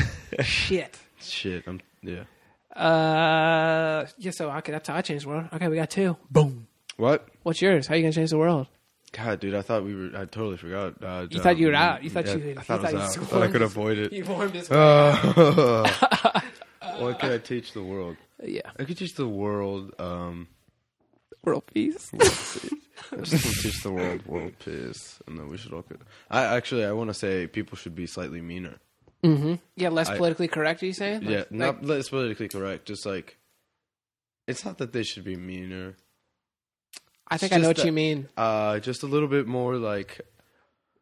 S1: Shit.
S3: Shit. I'm yeah.
S1: Uh, yeah. So okay, that's how I changed the world. Okay, we got two. Boom.
S3: What?
S1: What's yours? How you gonna change the world?
S3: God, dude, I thought we were. I totally forgot. Uh,
S1: You thought you were out. You thought you-
S3: I
S1: you
S3: thought,
S1: thought
S3: I
S1: you
S3: was out. I
S1: scored.
S3: thought I could avoid it.
S1: You warmed his.
S3: Uh, what can I teach the world?
S1: yeah.
S3: I could teach the world. Um,
S1: World peace.
S3: I just want to teach the world world peace, and then we should all. Could, I actually, I want to say people should be slightly meaner.
S1: Mm-hmm. yeah, less
S3: I-
S1: politically correct. Are you saying? Like-
S3: Yeah,
S1: like,
S3: not let's politically correct. Just like, it's not that they should be meaner.
S1: I think
S3: it's
S1: I know
S3: just
S1: what you
S3: that-
S1: mean.
S3: Uh, just a little bit more like.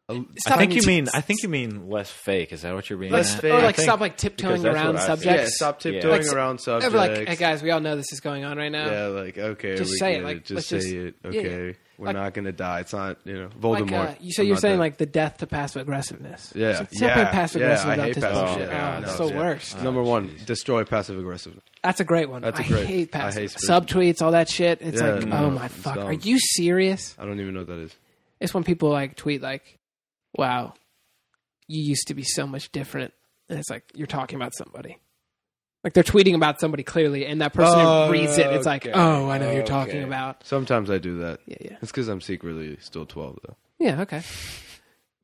S3: A,
S2: I
S1: Stop
S2: think
S1: like-
S2: you mean, I think you mean less fake. Is that what you're being?
S3: Less
S2: at?
S3: fake.
S1: or
S3: I
S1: like
S3: think-
S1: stop like
S2: because
S1: tiptoeing
S2: that's what
S1: around
S2: I think.
S1: subjects.
S3: yeah, stop
S2: Yeah.
S3: tiptoeing
S1: Like,
S3: around
S1: Ever
S3: subjects.
S1: like, hey guys, we all know this is going on right now.
S3: Yeah, like okay,
S1: Just
S3: we
S1: say
S3: get
S1: it, like, let's
S3: just say
S1: just-
S3: it.
S1: yeah, yeah.
S3: Okay, we're
S1: Like-
S3: not gonna die. It's not you know
S1: Like,
S3: Voldemort.
S1: uh, you, so
S3: I'm
S1: you're
S3: not
S1: saying
S3: that-
S1: like the death to passive aggressiveness.
S3: Yeah,
S1: So
S3: yeah,
S1: separate passive
S3: yeah,
S1: aggressive
S3: I hate
S1: this
S3: passive-
S1: bullshit.
S2: yeah,
S1: oh,
S2: no,
S1: it's the
S3: yeah.
S1: worst.
S3: Number one, destroy passive aggressive.
S1: That's a great one.
S3: That's a
S1: I
S3: great-
S1: hate
S3: I
S1: passive
S3: hate spit.
S1: subtweets, all that shit. It's
S3: Yeah,
S1: like,
S3: no,
S1: oh my
S3: it's
S1: fuck,
S3: dumb.
S1: are you serious?
S3: I don't even know what that is.
S1: It's when people like tweet like, "Wow, you used to be so much different," and it's like you're talking about somebody. Like they're tweeting about somebody clearly, and that person who reads it, it's like,
S3: Okay,
S1: "Oh, I know who you're talking
S3: okay.
S1: about."
S3: Sometimes I do that.
S1: Yeah, yeah,
S3: It's because I'm secretly still 12 though.
S1: yeah. Okay,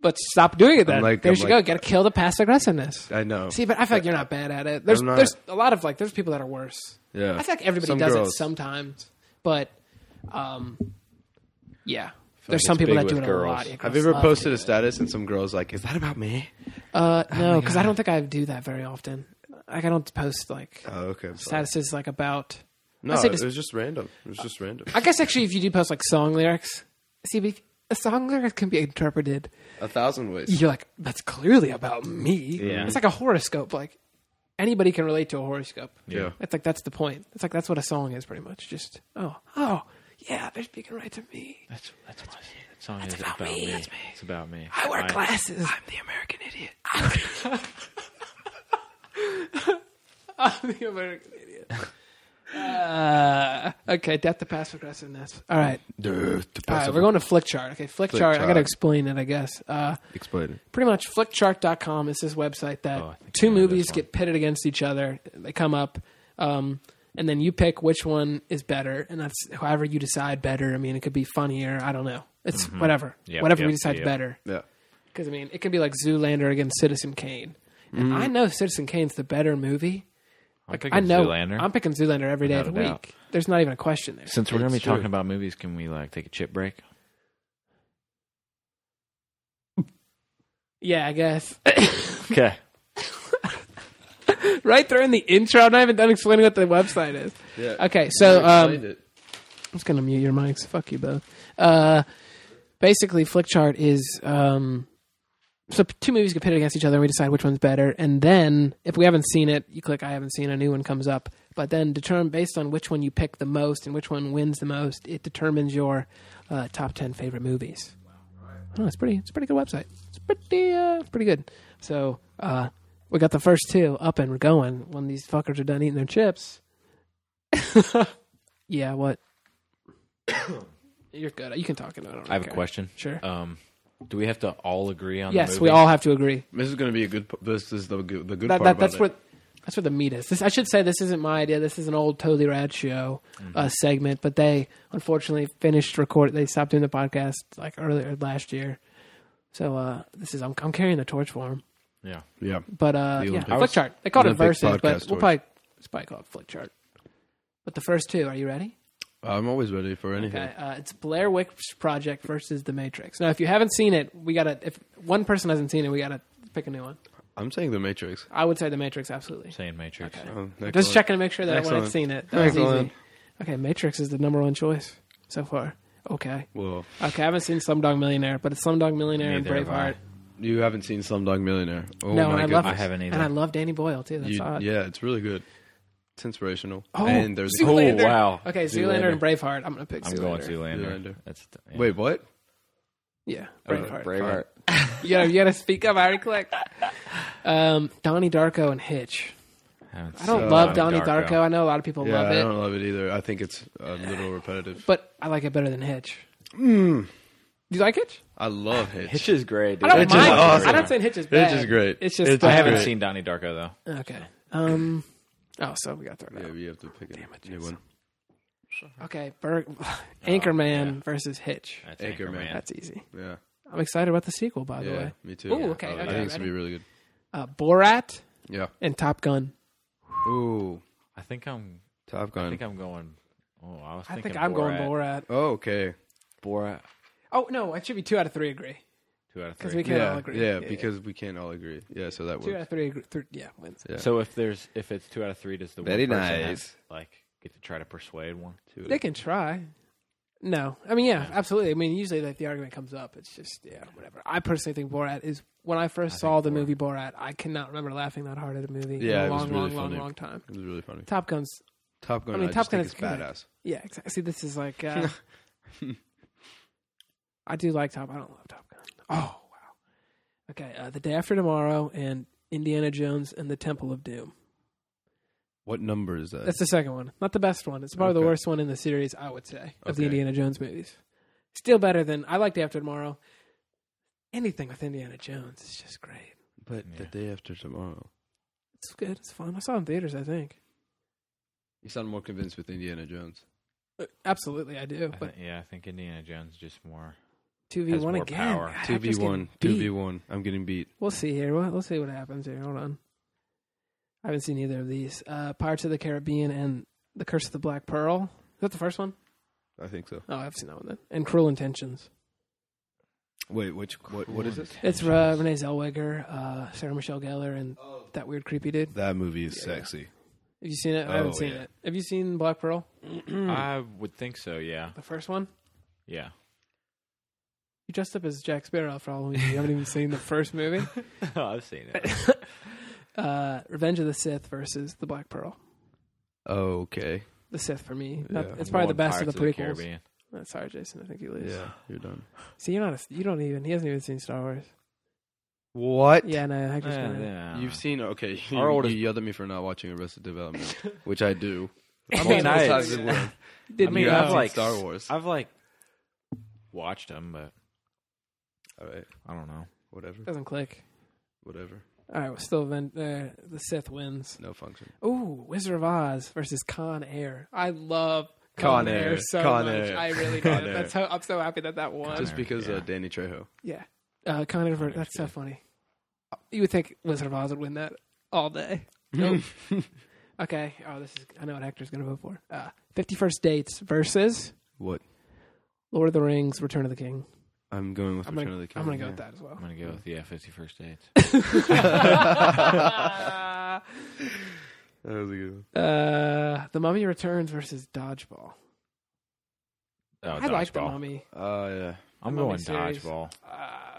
S1: but stop doing it then.
S3: I'm like-
S1: there
S3: I'm
S1: you
S3: like-
S1: go. Gotta kill the past aggressiveness.
S3: I know.
S1: See, but I feel like you're not bad at it. There's
S3: I'm not.
S1: there's a lot of like there's people that are worse.
S3: yeah,
S1: I feel like everybody
S3: Some
S1: does it
S3: girls.
S1: sometimes, but um, yeah,
S2: like
S1: there's some
S2: it's
S1: people
S2: big
S1: that do it
S2: with
S1: a
S2: girls.
S1: lot. Yeah,
S3: Have
S1: girls
S3: you ever
S1: love
S3: posted
S1: doing
S3: a status and some girls like, is that about me?
S1: it. Uh,
S3: Oh
S1: no, because I don't think I do that very often. Like I don't post like
S3: Oh, okay. I'm sorry.
S1: statuses like about.
S3: No,
S1: I say
S3: it
S1: just-
S3: was just random. It was just random.
S1: I guess actually, if you do post like song lyrics, see, but a song lyric can be interpreted.
S3: A thousand ways.
S1: You're like, that's clearly about me.
S2: Yeah.
S1: it's like a horoscope. Like anybody can relate to a horoscope.
S3: Yeah.
S1: It's like that's the point. It's like that's what a song is pretty much. Just oh oh yeah, they're speaking right to me.
S2: That's that's what that song is
S1: about
S2: about,
S1: me.
S2: me.
S1: That's me.
S2: It's about me.
S1: I wear
S2: I-
S1: glasses. I'm the American idiot. I'm the American idiot. Uh, okay, death to past progressiveness. All right, all right. We're going to Flick Chart. Okay, Flick,
S3: Flick
S1: Chart. I got
S3: Chart.
S1: to explain it, I guess. Uh,
S3: Explain it.
S1: pretty much flickchart.com is this website that
S2: Oh, I think I
S1: two
S2: know this
S1: movies
S2: one.
S1: get pitted against each other they come up um, and then you pick which one is better and that's however you decide better i mean it could be funnier i don't know it's whatever
S2: Mm-hmm. Yep,
S1: whatever we
S2: yep,
S1: decide
S2: yep.
S1: better
S3: Yeah.
S1: because i mean it could be like zoolander against citizen kane
S2: Mm-hmm.
S1: and i know citizen kane's the better movie
S2: I'm picking
S1: i know
S2: Zoolander.
S1: i'm picking zoolander every day of the
S2: Without a
S1: week
S2: doubt.
S1: there's not even a question there
S2: Since we're going to be
S3: It's true.
S2: talking about movies, can we like take a chip break?
S1: yeah i guess
S2: Okay.
S1: right there in the intro i'm not even done explaining what the website is
S3: Yeah.
S1: okay so um,
S3: Explained it.
S1: I'm just gonna mute your mics. Fuck you both. Uh, basically, Flickchart is um, so p- two movies get pitted against each other. and We decide which one's better, and then if we haven't seen it, you click I haven't seen. A new one comes up, but then determine based on which one you pick the most and which one wins the most, it determines your uh, top ten favorite movies. Oh, it's pretty. It's a pretty good website. It's pretty. Uh, pretty good. So uh, we got the first two up and we're going. When these fuckers are done eating their chips. yeah. What? You're good. You can talk about it. don't
S2: I have a
S1: care.
S2: question.
S1: Sure.
S2: Um, do we have to all agree on? the
S1: yes,
S2: movie?
S1: we all have to agree.
S3: This is going to be a good. p- This is the good, the good
S1: That,
S3: part.
S1: that,
S3: about
S1: that's
S3: it.
S1: what that's where the meat is. This, I should say this isn't my idea. This is an old Totally Rad Show
S3: Mm-hmm.
S1: uh, segment, but they unfortunately finished record. They stopped doing the podcast like earlier last year. So uh, this is I'm, I'm carrying the torch for them.
S2: Yeah.
S3: Yeah.
S1: But uh,
S3: The
S1: yeah,
S3: Olympic-
S1: flick chart. They called
S3: Olympic
S1: it versus, but
S3: podcast
S1: we'll
S3: torch.
S1: probably it's probably called flick chart. But the first two, are you ready?
S3: I'm always ready for anything.
S1: Okay, uh, it's Blair Witch Project versus The Matrix. Now, if you haven't seen it, we gotta. If one person hasn't seen it, we gotta pick a new one.
S3: I'm saying The Matrix.
S1: I would say The Matrix, absolutely.
S2: Saying Matrix.
S3: Um,
S1: Just checking to make sure that everyone had
S3: Excellent.
S1: seen it. That was
S3: Excellent.
S1: easy. Okay, Matrix is the number one choice so far. Okay.
S3: Well,
S1: Okay, I haven't seen Slumdog Millionaire, but it's Slumdog Millionaire
S2: Neither
S1: and
S2: have I.
S1: Braveheart.
S3: you haven't seen Slumdog Millionaire. Oh
S1: no, and
S3: my
S1: I
S3: goodness.
S1: love
S2: I haven't either.
S1: And I love Danny Boyle too. That's
S3: You-
S1: odd.
S3: yeah, it's really good. It's inspirational.
S1: Oh,
S3: and there's
S1: Zoolander.
S2: Oh, wow.
S1: Okay, Zoolander, and Braveheart. I'm gonna pick
S2: I'm
S1: Zoolander.
S2: going Zoolander.
S3: Zoolander.
S2: That's yeah.
S3: wait, what?
S1: Yeah,
S2: Okay,
S1: Braveheart.
S2: Uh, Braveheart.
S1: you, gotta, you gotta speak up. I already clicked. Um, Donnie Darko and Hitch. I don't
S2: uh,
S1: love Donnie Darko. I know a lot of people
S3: Yeah,
S1: love
S3: I
S1: it,
S3: don't love it either. I think it's a little repetitive.
S1: but I like it better than Hitch. Do you like Hitch?
S3: I love Hitch.
S2: Hitch is great.
S1: I don't
S3: Hitch is
S1: mind. it.
S3: awesome.
S1: I'm not saying Hitch is
S3: Hitch
S1: bad.
S3: is great.
S1: It's just
S3: Hitch
S2: I haven't
S3: Great.
S2: seen Donnie Darko though.
S1: Okay. Um. Oh, so we got thrown
S3: Yeah,
S1: out.
S3: you have to pick a
S1: it,
S3: new one.
S1: Okay, Berg, Anchorman versus Hitch.
S2: That's
S3: Anchorman.
S1: That's easy.
S3: Yeah,
S1: I'm excited about the sequel, by the
S3: yeah,
S1: way.
S3: me too.
S1: Ooh,
S3: yeah.
S1: okay,
S3: I, I
S1: okay,
S3: think it's gonna
S1: ready?
S3: be really good.
S1: Uh, Borat
S3: Yeah.
S1: and Top Gun.
S3: Ooh,
S2: I think I'm.
S3: Top
S2: I
S3: Gun.
S2: think I'm going. Oh, I was
S1: I
S2: thinking.
S1: think I'm going Borat.
S3: oh, okay.
S2: Borat.
S1: Oh no, it should be two out of three agree
S2: Two out of
S1: because
S2: three.
S1: we can't all
S3: Yeah,
S1: agree.
S3: yeah, because we can't all agree. Yeah, so that
S1: two out
S3: works.
S1: of three agree. Three, yeah, wins.
S3: Yeah.
S2: So if there's if it's two out of three, does the
S3: Very
S2: one person
S3: nice.
S2: have, like get to try to persuade one? Two.
S1: They can try. No, I mean, yeah, absolutely. I mean, usually like the argument comes up. It's just yeah, whatever. I personally think Borat is when I first saw the movie Borat, I cannot remember laughing that hard at a movie in
S3: Yeah, it
S1: a long,
S3: was really
S1: long, long,
S3: funny.
S1: long time.
S3: It was really funny.
S1: Top Gun's
S3: Top Gun.
S1: I
S3: I
S1: mean,
S3: just
S1: Top Gun
S3: think
S1: is
S3: it's
S1: good.
S3: badass.
S1: Yeah, exactly. See, this is like uh, I do like Top. I don't love Top Gun. Oh wow. Okay, uh, the day after tomorrow and Indiana Jones and the Temple of Doom.
S3: What number is that?
S1: That's the second one. Not the best one. It's probably the
S3: Okay.
S1: worst one in the series, I would say, of the
S3: Okay.
S1: Indiana Jones movies. Still better than I liked After Tomorrow. Anything with Indiana Jones is just great.
S3: but the
S2: Yeah.
S3: day after tomorrow.
S1: It's good. It's fun. I saw it in theaters. I think.
S3: You sound more convinced with Indiana Jones.
S1: Uh, Absolutely, I do.
S2: I
S1: But
S2: thi- yeah, I think Indiana Jones just more.
S1: two v one
S2: more
S1: again.
S2: power.
S1: God, I
S3: Two v
S1: just get
S3: one.
S1: beat.
S3: Two v one. I'm getting beat.
S1: We'll see here. We'll, we'll see what happens here. Hold on. I haven't seen either of these. Uh, Pirates of the Caribbean and The Curse of the Black Pearl. Is that the first one?
S3: I think so.
S1: Oh, I've seen that one then. And Cruel Intentions.
S3: Wait, which what? What is it?
S1: It's uh, Renee Zellweger, uh, Sarah Michelle Gellar, and that weird creepy dude.
S3: That movie is
S1: Yeah.
S3: sexy.
S1: Have you seen it? I
S3: Oh,
S1: haven't seen
S3: yeah.
S1: it. Have you seen Black Pearl? Hmm.
S2: I would think so. Yeah.
S1: The first one?
S2: Yeah.
S1: You dressed up as Jack Sparrow for Halloween. You haven't even seen the first movie.
S2: I've seen it.
S1: Uh, Revenge of the Sith versus The Black Pearl.
S3: Okay.
S1: The Sith for me. Not-
S3: Yeah.
S1: it's probably the
S2: One
S1: best of the
S2: Pirates
S1: prequels.
S2: Caribbean.
S1: Uh, Sorry, Jason. I think you lose.
S3: Yeah, you're done.
S1: See, you're not. A, you don't even. He hasn't even seen Star Wars.
S3: What?
S1: Yeah, no, Hector's
S2: Yeah,
S1: gonna.
S2: Eh, yeah.
S3: You've seen okay. You,
S2: Our oldest-
S3: you yelled at me for not watching Arrested Development, which I do.
S2: I mean,
S3: Multiple
S2: I-
S3: times in one.
S1: Did
S2: I mean,
S1: you
S3: I've
S2: I've
S1: know?
S3: seen
S2: like
S3: Star Wars.
S2: I've like watched them, but
S3: All right,
S2: I don't know.
S3: whatever,
S1: doesn't click.
S3: whatever.
S1: All right, we're still ven- uh, the Sith wins.
S3: No function.
S1: Ooh, Wizard of Oz versus Con Air. I love
S3: Con
S1: Con,
S3: Air.
S1: Air so
S3: Con
S1: much.
S3: Air.
S1: I really
S3: Con
S1: do.
S3: Air.
S1: That's how I'm so happy that that won.
S3: Just
S2: Connor,
S3: because
S2: yeah.
S3: uh, Danny Trejo.
S1: yeah, uh, Con Air. ver- That's so funny. You would think Wizard of Oz would win that all day. Nope. okay. Oh, this is. I know what Hector's going to vote for. Uh, 51st Dates versus
S3: What?
S1: Lord of the Rings: Return of the King.
S3: I'm going with
S1: I'm
S3: Return
S1: gonna,
S3: of the King.
S1: I'm gonna go
S3: yeah.
S1: with that as well.
S2: I'm gonna go with yeah, Fifty First Dates.
S1: uh,
S3: That was a good one.
S1: the Mummy Returns versus Dodgeball.
S2: Oh,
S1: I like the
S2: Dodgeball.
S1: Mummy.
S3: Oh yeah,
S2: I'm
S1: Mummy
S2: going
S1: series.
S2: Dodgeball.
S1: Uh,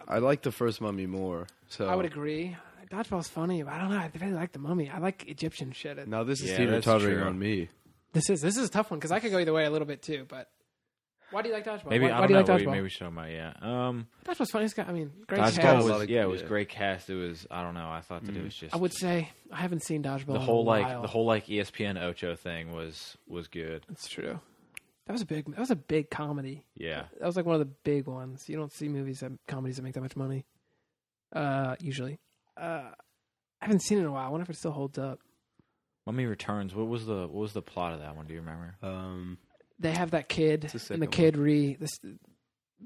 S3: I like the first Mummy more. So
S1: I would agree. Dodgeball's funny, but I don't know. I really like the Mummy. I like Egyptian shit.
S3: Now this is
S2: Yeah,
S3: teeter
S2: that's
S3: tottering
S2: true.
S3: on me.
S1: This is this is a tough one because I could go either way a little bit too. But why do you like Dodgeball?
S2: Maybe
S1: why,
S2: I
S1: why
S2: don't
S1: do you
S2: know.
S1: like
S2: maybe,
S1: Dodgeball?
S2: maybe so might yeah. Um,
S1: Dodgeball's funny. It's got, I mean, great
S3: Dodgeball
S1: cast.
S2: Dodgeball was
S3: Lot of- Mm.
S2: yeah, it was
S3: yeah.
S2: great cast. It was I don't know. I thought that it was just
S1: I would say I haven't seen Dodgeball.
S2: the whole
S1: in a
S2: like
S1: while.
S2: the whole like E ESPN Ocho thing was was good.
S1: That's true. That was a big. That was a big comedy.
S2: Yeah,
S1: That was like one of the big ones. You don't see movies that comedies that make that much money. Uh, usually. Uh, I haven't seen it in a while. I wonder if it still holds up.
S2: Mummy Returns. What was the what was the plot of that one? Do you remember?
S3: Um,
S1: They have that kid,
S3: It's the
S1: and the
S3: second
S1: kid re this.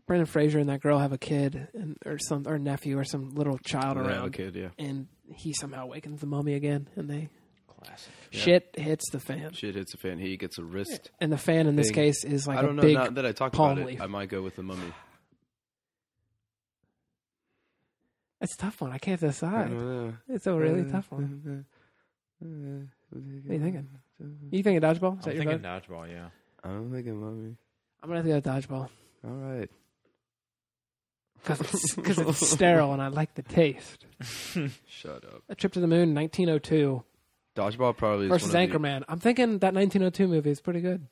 S1: Brendan Fraser and that girl have a kid, and or some or nephew or some little child
S3: yeah,
S1: around,
S3: kid, yeah.
S1: and he somehow wakens the mummy again, and they
S2: Classic.
S1: shit hits the fan,
S3: Shit hits a fan. He gets a wrist.
S1: and the fan in this
S3: Thing.
S1: case is like
S3: I
S1: a
S3: don't know.
S1: big.
S3: Now that I talked
S1: palm
S3: about it,
S1: leaf.
S3: I might go with the Mummy.
S1: It's a tough one. I can't decide.
S3: Mm-hmm.
S1: It's a really tough one.
S3: What
S1: What are you thinking?
S3: Mm-hmm.
S1: You think of dodgeball? Is that
S2: I'm
S1: your
S2: thinking
S1: vote?
S2: Dodgeball. Yeah,
S3: I'm thinking Mummy.
S1: I'm gonna have to go with dodgeball.
S3: All right.
S1: because it's, 'cause it's sterile and I like the taste.
S3: Shut up.
S1: A Trip to the Moon, 1902
S3: Dodgeball probably is
S1: versus
S3: one of the-
S1: Anchorman. I'm thinking that 1902 movie is pretty good.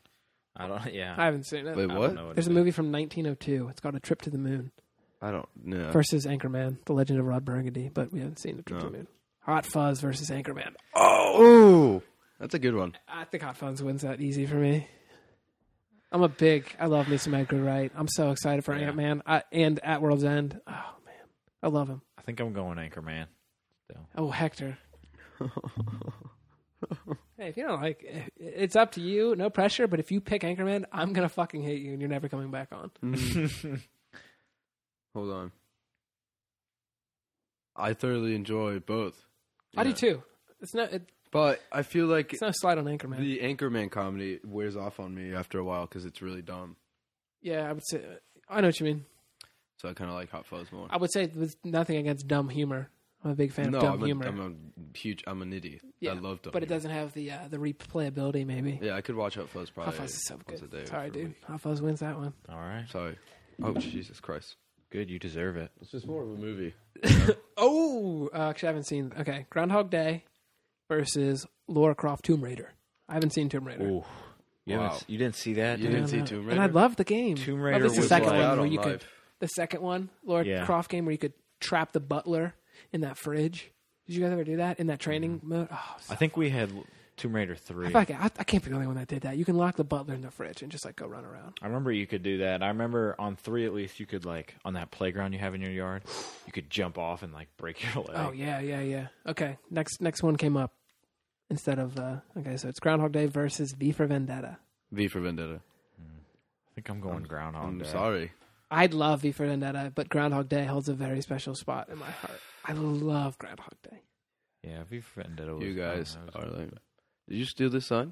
S2: I don't. Yeah,
S1: I haven't seen it.
S3: Wait,
S2: I don't
S3: what?
S2: know
S1: There's
S2: it
S1: a
S2: is.
S1: movie from 1902. It's called A Trip to the Moon
S3: I don't know.
S1: versus Anchorman, The Legend of Rod Burgundy, but we haven't seen A Trip to
S3: No.
S1: the Moon. Hot Fuzz versus Anchorman.
S3: Oh, ooh, that's a good one.
S1: I think Hot Fuzz wins that easy for me. I'm a big, I love Lisa Edgar Wright. I'm so excited for
S2: Yeah.
S1: Ant Man I and At World's End. Oh, man. I love him.
S2: I think I'm going Anchorman.
S1: Oh, Hector. hey, if you don't like, it, it's up to you. No pressure. But if you pick Anchorman, I'm gonna fucking hate you, and you're never coming back on.
S3: Hold on. I thoroughly enjoy both,
S1: I do
S3: Yeah.
S1: too. It's no, it,
S3: but I feel like
S1: it's no slight on Anchorman.
S3: the Anchorman comedy wears off on me after a while because it's really dumb.
S1: yeah, I would say. I know what you mean.
S3: So I kind of like Hot Fuzz more.
S1: I would say there's nothing against dumb humor. I'm a big fan
S3: no,
S1: of dumb
S3: I'm, a,
S1: humor,
S3: I'm a huge. I'm an idiot.
S1: Yeah,
S3: I love dumb.
S1: but it
S3: humor.
S1: doesn't have the uh, the replayability. Maybe
S3: Yeah, I could watch Hot Fuzz
S1: Hot
S3: probably.
S1: Fuzz is so
S3: once a day
S1: good. Sorry,
S3: for a
S1: dude.
S3: week.
S1: Hot Fuzz wins that one.
S2: All right,
S3: Sorry. Oh Jesus Christ!
S2: good. You deserve it.
S3: It's just more of a movie.
S1: Oh, uh, actually, I haven't seen. Okay, Groundhog Day versus Laura Croft Tomb Raider. I haven't seen Tomb Raider.
S2: Ooh, you,
S3: Wow.
S2: haven't- you didn't see that?
S3: You
S2: dude?
S3: didn't see
S1: And, uh,
S3: Tomb
S1: And I
S3: Raider?
S1: love the game.
S2: Tomb
S1: Or at
S2: Raider
S1: least the
S2: was
S1: second
S2: like-
S1: one
S3: Out
S1: where
S3: on
S1: you could,
S3: life.
S1: the second one, Laura
S2: Yeah.
S1: Croft game where you could trap the butler in that fridge. Did you guys ever do that in that training mode? Oh, so-
S2: Mm-hmm. I think we had Tomb Raider three.
S1: I, feel like I, I can't be the only one that did that. You can lock the butler in the fridge and just like go run around.
S2: I remember you could do that. I remember on three at least you could like on that playground you have in your yard, you could jump off and like break your leg.
S1: Oh yeah, yeah, yeah. Okay, next next one came up instead of uh, okay, so it's Groundhog Day versus V for Vendetta.
S3: V for Vendetta.
S2: I think I'm going Groundhog
S3: Hmm. I'm
S2: Day.
S3: sorry.
S1: I'd love V for Vendetta, but Groundhog Day holds a very special spot in my heart. I love Groundhog Day.
S2: Yeah, V for Vendetta. Was,
S3: You guys
S2: I don't know,
S3: are
S2: it was-
S3: like. Did you steal this sign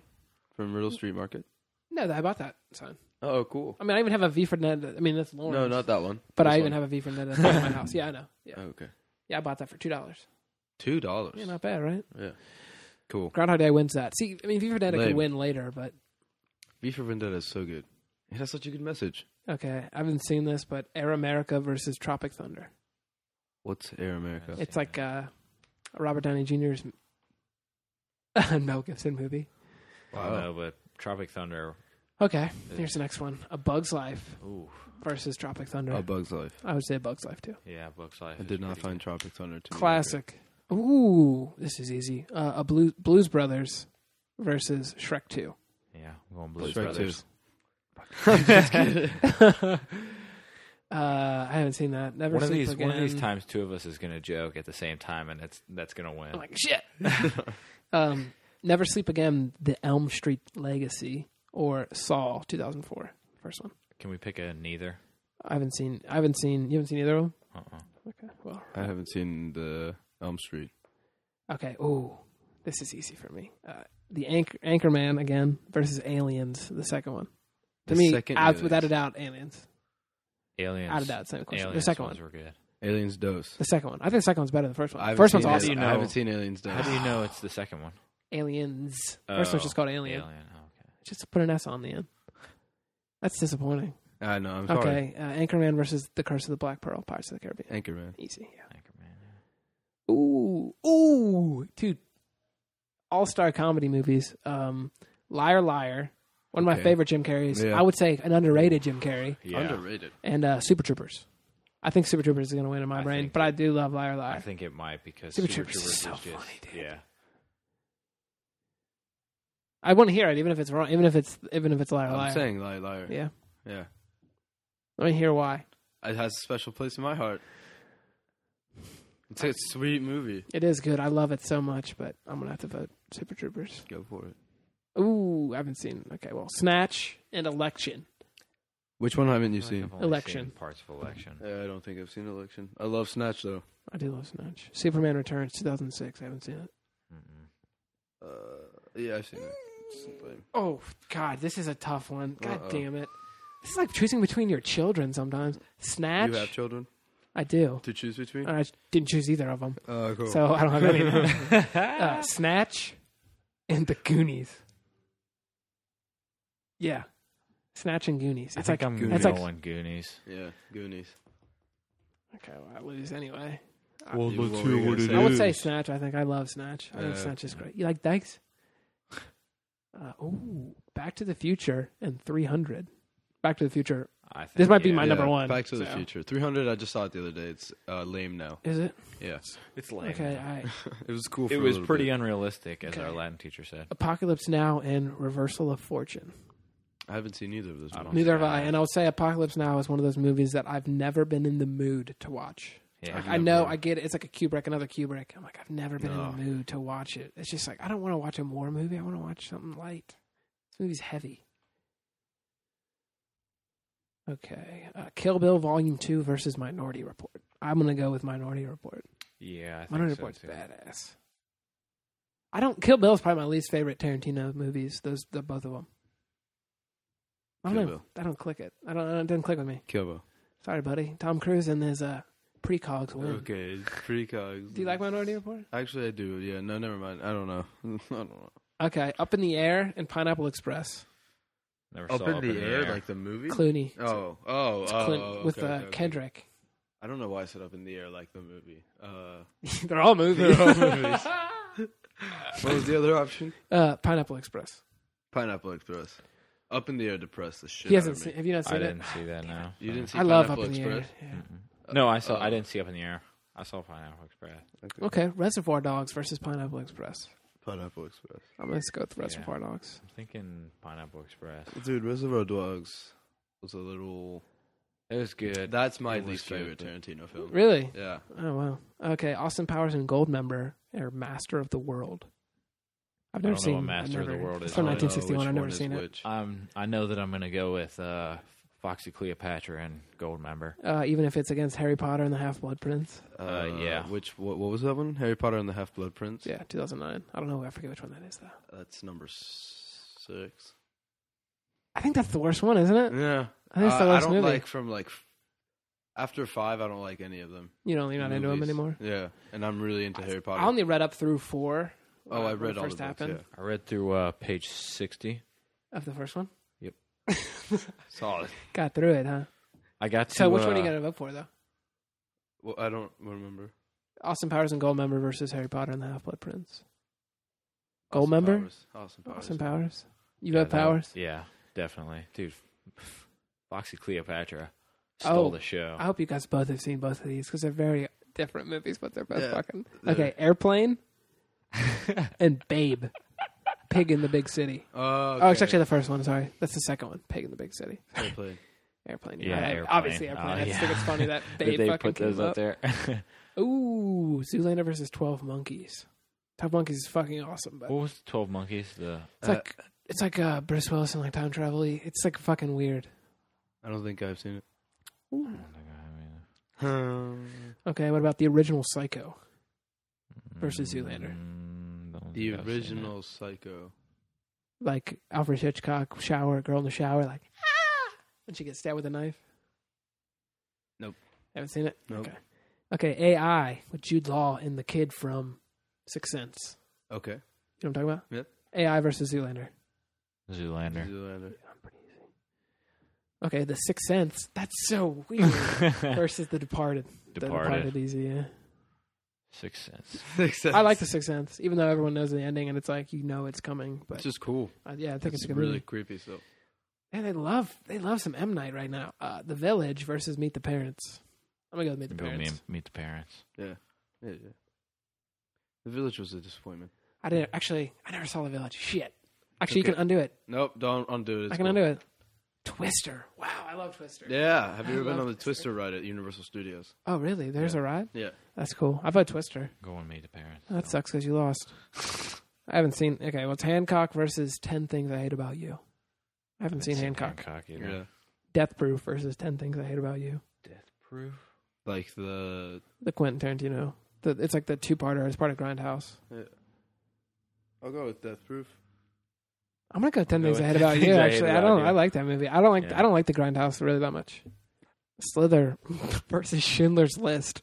S3: from Riddle Street Market?
S1: No, I bought that son.
S3: Oh, cool.
S1: I mean, I even have a V for Vendetta. I mean, that's Lawrence.
S3: No, not that one.
S1: But
S3: This
S1: I even
S3: one.
S1: have a V from that at my house. Yeah, I know. Yeah,
S3: Oh, okay.
S1: yeah, I bought that for two dollars.
S3: Two dollars.
S1: Yeah, not bad, right?
S3: Yeah. Cool.
S1: Groundhog Day wins that. See, I mean, V for Vendetta
S3: Lame.
S1: can win later, but
S3: V for Vendetta is so good. It has such a good message.
S1: okay. I haven't seen this, but Air America versus Tropic Thunder.
S3: What's Air America?
S2: Yes.
S1: It's like uh, Robert Downey Jr.'s Mel Gibson movie.
S2: I don't know, but Tropic Thunder.
S1: Okay, here's the next one: A Bug's Life
S2: Ooh,
S1: versus Tropic Thunder.
S3: A Bug's Life.
S1: I would say A Bug's Life too.
S2: yeah, Buck's Life.
S3: I
S2: is
S3: did not
S2: pretty
S3: find Tropic Thunder to be
S1: Classic. Ooh, this is easy. Uh, a Blue, Blues Brothers versus Shrek Two.
S2: good. Yeah, I'm going
S3: great.
S2: Blues
S3: Shrek
S2: Brothers.
S3: two.
S1: uh, I haven't seen that. Never
S2: One of
S1: Sleep
S2: these,
S1: again.
S2: one of these times, two of us is going to joke at the same time, and that's that's going to win.
S1: I'm like shit. um, Never Sleep Again, The Elm Street Legacy, or Saw 2004, first one.
S2: Can we pick a neither?
S1: I haven't seen. I haven't seen. You haven't seen either of them.
S2: Uh-uh.
S1: Okay. Well.
S3: I haven't seen the Elm Street.
S1: Okay. Ooh, this is easy for me. Uh, the Anchor Anchorman again versus Aliens, the second one. To
S3: The
S1: me,
S3: second
S1: ab-
S3: Aliens.
S1: without a doubt, Aliens.
S2: Aliens.
S1: Out of doubt, same question.
S2: Aliens
S1: the second
S2: ones
S1: one.
S2: were good.
S3: Aliens Dose.
S1: The second one. I think the second one's better than the first one.
S3: I haven't
S1: first one's
S3: seen
S1: awesome.
S3: Ali-
S2: You know-
S3: I haven't seen Aliens Dose.
S2: How do you know it's the second one?
S1: Aliens. First one's just called Alien.
S2: Alien. Oh, okay.
S1: Just put an S on the end. That's disappointing.
S3: I know. Ah, I'm sorry.
S1: Okay, uh, Anchorman versus The Curse of the Black Pearl, Pirates of the Caribbean.
S3: Anchorman.
S1: Easy. Yeah.
S2: Anchorman.
S1: Ooh, ooh, dude! All star comedy movies. Um, Liar, Liar. One of my
S3: Okay.
S1: favorite Jim Carreys.
S3: Yeah.
S1: I would say an underrated Jim Carrey.
S2: Yeah.
S3: Underrated.
S1: And uh, Super Troopers. I think Super Troopers is going to win in my
S2: I
S1: brain,
S2: think-
S1: but I do love Liar Liar.
S2: I think it might because
S1: Super
S2: Super,
S1: Troopers is
S2: Troopers,
S1: so
S2: just
S1: funny, dude.
S2: yeah.
S1: I want to hear it, even if it's wrong, even if it's even if it's Liar Liar.
S3: I'm saying Liar Liar.
S1: yeah,
S3: Yeah.
S1: let me hear why.
S3: It has a special place in my heart. It's a sweet movie.
S1: It is good. I love it so much, but I'm gonna have to vote Super Troopers.
S3: Go for it.
S1: Ooh, I haven't seen. Okay, well, Snatch and Election.
S3: Which one haven't you
S2: I feel like
S3: seen?
S2: I've only seen
S1: Election.
S2: parts of election.
S3: Yeah, I don't think I've seen Election. I love Snatch though.
S1: I do love Snatch. Superman Returns, 2006. I haven't seen it.
S2: Mm-mm.
S3: Uh, yeah, I've seen it. It's lame.
S1: Oh God, this is a tough one. God
S3: Uh-oh.
S1: damn it! This is like choosing between your children sometimes. Snatch.
S3: You have children
S1: I do.
S3: to choose between?
S1: And I didn't choose either of them,
S3: Oh, cool.
S1: so I don't have any. of them. uh, Snatch and the Goonies. Yeah, Snatch and Goonies.
S2: I
S1: It's
S2: think
S1: like
S2: I'm
S3: Goonies.
S1: That's like-
S2: going Goonies.
S3: yeah, Goonies.
S1: okay, well, I lose anyway.
S3: Well, let's hear what it
S1: I would
S3: is.
S1: say Snatch. I think I love Snatch. I think
S3: Yeah.
S1: Snatch is great. You like Dykes? Uh, oh, Back to the Future and 300. Back to the Future.
S2: I think,
S1: This might be
S2: yeah.
S1: my number one.
S3: Back to the
S1: so.
S3: Future. 300, I just saw it the other day. It's uh, lame now.
S1: Is it?
S3: Yes.
S2: It's lame.
S1: Okay. I,
S3: It was cool for
S2: It
S3: a
S2: was
S3: little
S2: pretty
S3: bit.
S2: unrealistic, as
S1: Okay.
S2: our Latin teacher said.
S1: Apocalypse Now and Reversal of Fortune.
S3: I haven't seen either of those.
S2: I don't
S3: movies.
S1: Neither have
S2: Oh, Yeah.
S1: I. And I would say Apocalypse Now is one of those movies that I've never been in the mood to watch.
S2: Yeah.
S1: I
S3: never-
S1: know, I get it. It's like a Kubrick, another Kubrick. I'm like, I've never been
S3: No.
S1: in the mood to watch it. It's just like, I don't want to watch a war movie. I want to watch something light. This movie's heavy. Okay. Uh, Kill Bill Volume 2 versus Minority Report. I'm going to go with Minority Report.
S2: Yeah, I think
S1: Minority
S2: so,
S1: Report's
S2: too.
S1: badass. I don't. Kill Bill is probably my least favorite Tarantino movies. Those, the both of them. I
S3: Kill
S1: don't. know.
S3: Bill.
S1: I don't click it. I don't. It doesn't click with me.
S3: Kill Bill.
S1: Sorry, buddy. Tom Cruise and his uh, precogs win.
S3: Okay, it's precogs.
S1: Do you like Minority Report?
S3: Actually, I do. Yeah. No, never mind. I don't know. I don't know.
S1: Okay, Up in the Air and Pineapple Express.
S2: Never saw up in the air.
S3: like the movie.
S1: Clooney.
S3: Oh, oh,
S1: It's
S3: oh,
S1: Clint
S3: okay,
S1: with uh,
S3: okay, okay.
S1: Kendrick.
S3: I don't know why I said up in the air like the movie. Uh,
S1: They're all movies.
S3: They're all movies. what was the other option?
S1: uh, Pineapple Express.
S3: Pineapple Express. Up in the air depressed the shit.
S1: he
S3: out
S1: hasn't
S3: of
S1: seen.
S3: me.
S1: Have you not seen
S2: I
S1: it?
S2: didn't see Mm. that. No,
S3: You didn't see
S1: I love Up
S3: Pineapple
S1: in the Air.
S3: Express.
S1: yeah.
S2: No, I saw.
S3: Oh.
S2: I didn't see up in the air. I saw Pineapple Express.
S1: Okay, Reservoir Dogs versus Pineapple Express.
S3: Pineapple Express.
S1: I'm gonna go with Reservoir Dogs.
S2: I'm thinking Pineapple Express.
S3: Dude, Reservoir Dogs was a little.
S2: It was good.
S3: That's my
S2: It was
S3: least
S2: good,
S3: favorite
S2: but-
S3: Tarantino film.
S1: Really?
S3: Yeah.
S1: Oh wow. Okay, Austin Powers and Goldmember are Master of the World. I've
S2: I
S1: never
S2: don't know
S1: seen
S2: what Master
S1: I've
S2: of the
S1: never-
S2: World
S1: It's
S2: is.
S1: from
S2: I don't know
S1: 1961. I've never seen it.
S3: which.
S2: Um, I know that I'm gonna go with uh, Foxy Cleopatra and Goldmember.
S1: Uh, even if it's against Harry Potter and the Half Blood Prince.
S2: Uh, yeah.
S3: Which what, what was that one? Harry Potter and the Half Blood Prince.
S1: Yeah, 2009. I don't know. I forget which one that is though.
S3: That's number six.
S1: I think that's the worst one, isn't it?
S3: Yeah.
S1: I think it's the
S3: Uh, I
S1: worst
S3: don't
S1: movie.
S3: like from like f- after five. I don't like any of them.
S1: you know, you're not into them
S3: Movies.
S1: anymore.
S3: Yeah, and I'm really into Harry Potter.
S1: I only read up through four.
S3: oh,
S1: uh,
S3: I
S1: when
S3: read
S1: it
S3: all
S1: first
S3: the books.
S1: happened
S2: I read through uh, page sixty.
S1: of the first one.
S3: Yeah. Solid.
S1: Got through it, huh?
S2: I got to.
S1: So which one are
S2: uh,
S1: you gonna vote for though?
S3: Well, I don't remember.
S1: Austin Powers and Goldmember versus Harry Potter and the Half Blood Prince. Goldmember?
S3: Austin Powers. Austin Powers.
S1: Austin Powers. You
S2: yeah,
S1: vote
S2: that-
S1: Powers.
S2: Yeah. Definitely, dude. Foxy Cleopatra stole
S1: Oh,
S2: the show.
S1: I hope you guys both have seen both of these because they're very different movies, but they're both
S3: Yeah.
S1: fucking
S3: They're-
S1: okay. Airplane and Babe, Pig in the Big City.
S3: Oh,
S1: Oh, it's actually the first one. Sorry, that's the second one. Pig in the Big City.
S3: actually.
S1: Airplane.
S2: Yeah,
S1: right.
S2: Airplane.
S1: Obviously, airplane.
S2: Oh,
S1: I just
S2: yeah.
S1: think it's funny that Babe
S2: Did they
S1: fucking
S2: put those
S1: came
S2: up
S1: up.
S2: there?
S1: Ooh, Zoolander versus Twelve Monkeys. Twelve Monkeys is fucking awesome, but
S2: what was the Twelve Monkeys? The
S1: it's like it's like uh, Bruce Willis and like time travel. It's like fucking weird.
S3: Uh, I don't think I've seen it.
S2: I don't think I mean,
S1: Okay, what about the original Psycho? Versus Zoolander.
S2: mm, don't
S3: the
S2: think I've seen it.
S3: original Psycho.
S1: Like Alfred Hitchcock, shower, girl in the shower, like ah, when she gets stabbed with a knife.
S3: Nope.
S1: haven't seen it.
S3: Nope.
S1: Okay. Okay, AI with Jude Law and the kid from Sixth Sense.
S3: Okay.
S1: You know what I'm talking about?
S3: Yep.
S1: AI versus Zoolander.
S2: Zoolander.
S3: Zoolander.
S1: I'm pretty easy. Okay, The Sixth Sense. That's so weird. versus The Departed. The
S2: Departed.
S1: Departed, easy. Yeah.
S2: Sixth Sense.
S1: I like The Sixth Sense, even though everyone knows the ending and it's like you know it's coming. But
S3: It's just cool.
S1: uh, yeah, I think
S3: It's
S1: it's, gonna
S3: really
S1: be.
S3: creepy. So
S1: And they love they love some M Night right now. Uh, the Village versus Meet the Parents. I'm gonna go with Meet the
S2: Go
S1: Parents.
S2: meet, meet the parents.
S3: yeah, yeah. The Village was a disappointment.
S1: I didn't actually. I never saw The Village. Shit. Actually, you
S3: Okay.
S1: can undo it.
S3: Nope, don't undo it. It's
S1: I can
S3: cool.
S1: undo it. Twister. Wow, I love Twister.
S3: Yeah, have
S1: I
S3: you ever been
S1: love
S3: on the
S1: Twister.
S3: Twister ride at Universal Studios?
S1: Oh, really? There's a ride.
S3: Yeah,
S1: That's cool. I vote Twister.
S2: Go and meet the parents.
S1: That sucks because you lost. I haven't seen. Okay, well, it's Hancock versus Ten Things I Hate About You. I haven't seen Hancock.
S2: either.
S3: yeah.
S1: Death Proof versus Ten Things I Hate About You.
S2: Death Proof.
S3: Like the
S1: The Quentin Tarantino. The, it's like the two-parter. It's part of Grindhouse.
S3: I'll go with Death Proof.
S1: I'm gonna go Ten
S2: Go
S1: Things I
S2: with
S1: Hate
S2: 10
S1: About
S2: Things
S1: You.
S2: I Hate
S1: Actually, I
S2: About
S1: don't.
S2: You.
S1: I like that movie. I don't like.
S2: Yeah.
S1: I don't like the Grindhouse really that much. Slither versus Schindler's List.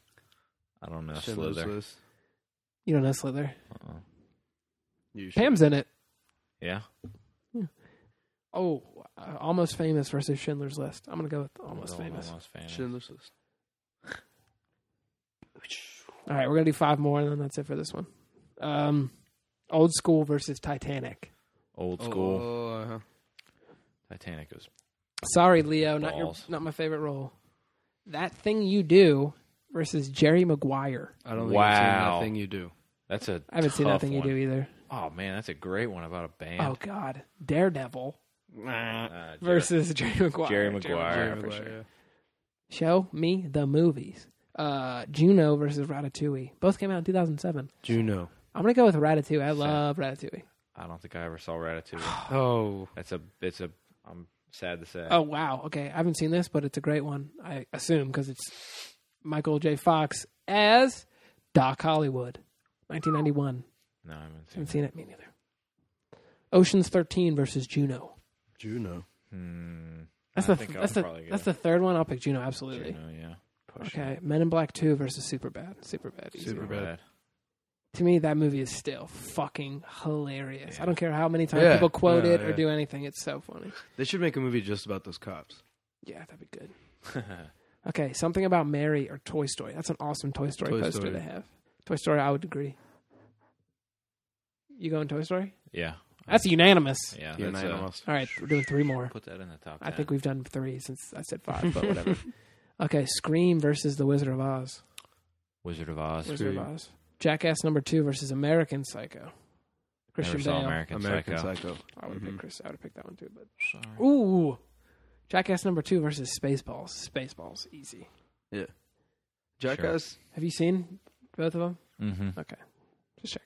S2: I don't know.
S3: Schindler's
S2: Slither.
S3: List.
S1: You don't know Slither.
S2: Uh-uh.
S3: You should.
S1: Pam's in it.
S2: Yeah.
S1: Oh, uh, Almost Famous versus Schindler's List. I'm gonna go with Almost
S2: Well,
S1: Famous.
S2: Almost famous.
S3: Schindler's List.
S1: All right, we're gonna do five more, and then that's it for this one. Um, old school versus Titanic.
S2: Old school.
S1: uh,
S3: Oh, uh-huh.
S2: Titanic was.
S1: Sorry, Leo, not your,
S2: Balls.
S1: not my favorite role. That thing you do versus Jerry Maguire.
S3: I don't think I've seen that
S2: Wow.
S3: thing you do.
S2: That's a.
S1: I haven't seen that
S2: tough
S1: thing
S2: one.
S1: you do either.
S2: Oh man, that's a great one about a band.
S1: Oh God, Daredevil
S2: Uh, Jer-
S1: versus Jerry Maguire.
S2: Jerry Maguire.
S3: Jerry
S1: for
S3: Maguire,
S1: sure.
S3: yeah.
S1: Show me the movies. Uh, Juno versus Ratatouille. Both came out in 2007.
S3: Juno.
S1: I'm gonna go with Ratatouille. I love Ratatouille.
S2: I don't think I ever saw Ratatouille.
S3: Oh,
S2: That's a. It's a. I'm sad to say.
S1: Oh wow. Okay, I haven't seen this, but it's a great one. I assume because it's Michael J. Fox as Doc Hollywood, 1991.
S2: No, I haven't seen.
S1: Haven't seen it. Me neither. Ocean's 13 versus Juno.
S3: Juno.
S2: Hmm.
S1: That's
S2: I
S1: the
S2: think I
S1: that's
S2: would
S1: the
S2: probably go
S1: that's the third one. I'll pick Juno absolutely.
S2: Juno, yeah. Push it.
S1: Okay, Men in Black 2 versus Superbad. Superbad. easy.
S3: Super-
S2: Superbad.
S1: To me, that movie is still fucking hilarious. I
S2: Yeah.
S1: don't care how many times
S3: Yeah.
S1: people quote
S3: Yeah,
S1: it or
S3: yeah.
S1: do anything. It's so funny.
S3: They should make a movie just about those cops.
S1: Yeah, that'd be good. Okay, something about Mary or Toy Story. That's an awesome Toy Story
S3: Toy
S1: poster
S3: Story.
S1: to have. Toy Story, I would agree. You going Toy Story?
S2: yeah.
S1: That's unanimous.
S2: Yeah.
S3: You're
S2: That's
S3: an
S2: a,
S3: animalist.
S1: All right, we're doing three more.
S2: put that in the top. 10.
S1: I think we've done three since I said five, but
S2: But
S1: whatever.
S2: whatever.
S1: okay, Scream versus The Wizard of Oz.
S2: Wizard of Oz.
S1: Wizard of
S3: Scream.
S1: Oz. Jackass number two versus American Psycho. Christian
S2: Never saw
S1: Bale.
S2: American, Mm-hmm.
S3: American
S2: Psycho.
S3: Psycho.
S1: I would have
S3: Mhm.
S1: picked Chris. I would have picked that one too. But
S2: Sorry.
S1: ooh, Jackass number two versus Spaceballs. Spaceballs, easy.
S3: Jackass.
S1: Have you seen both of them?
S2: Mm-hmm.
S1: Just check.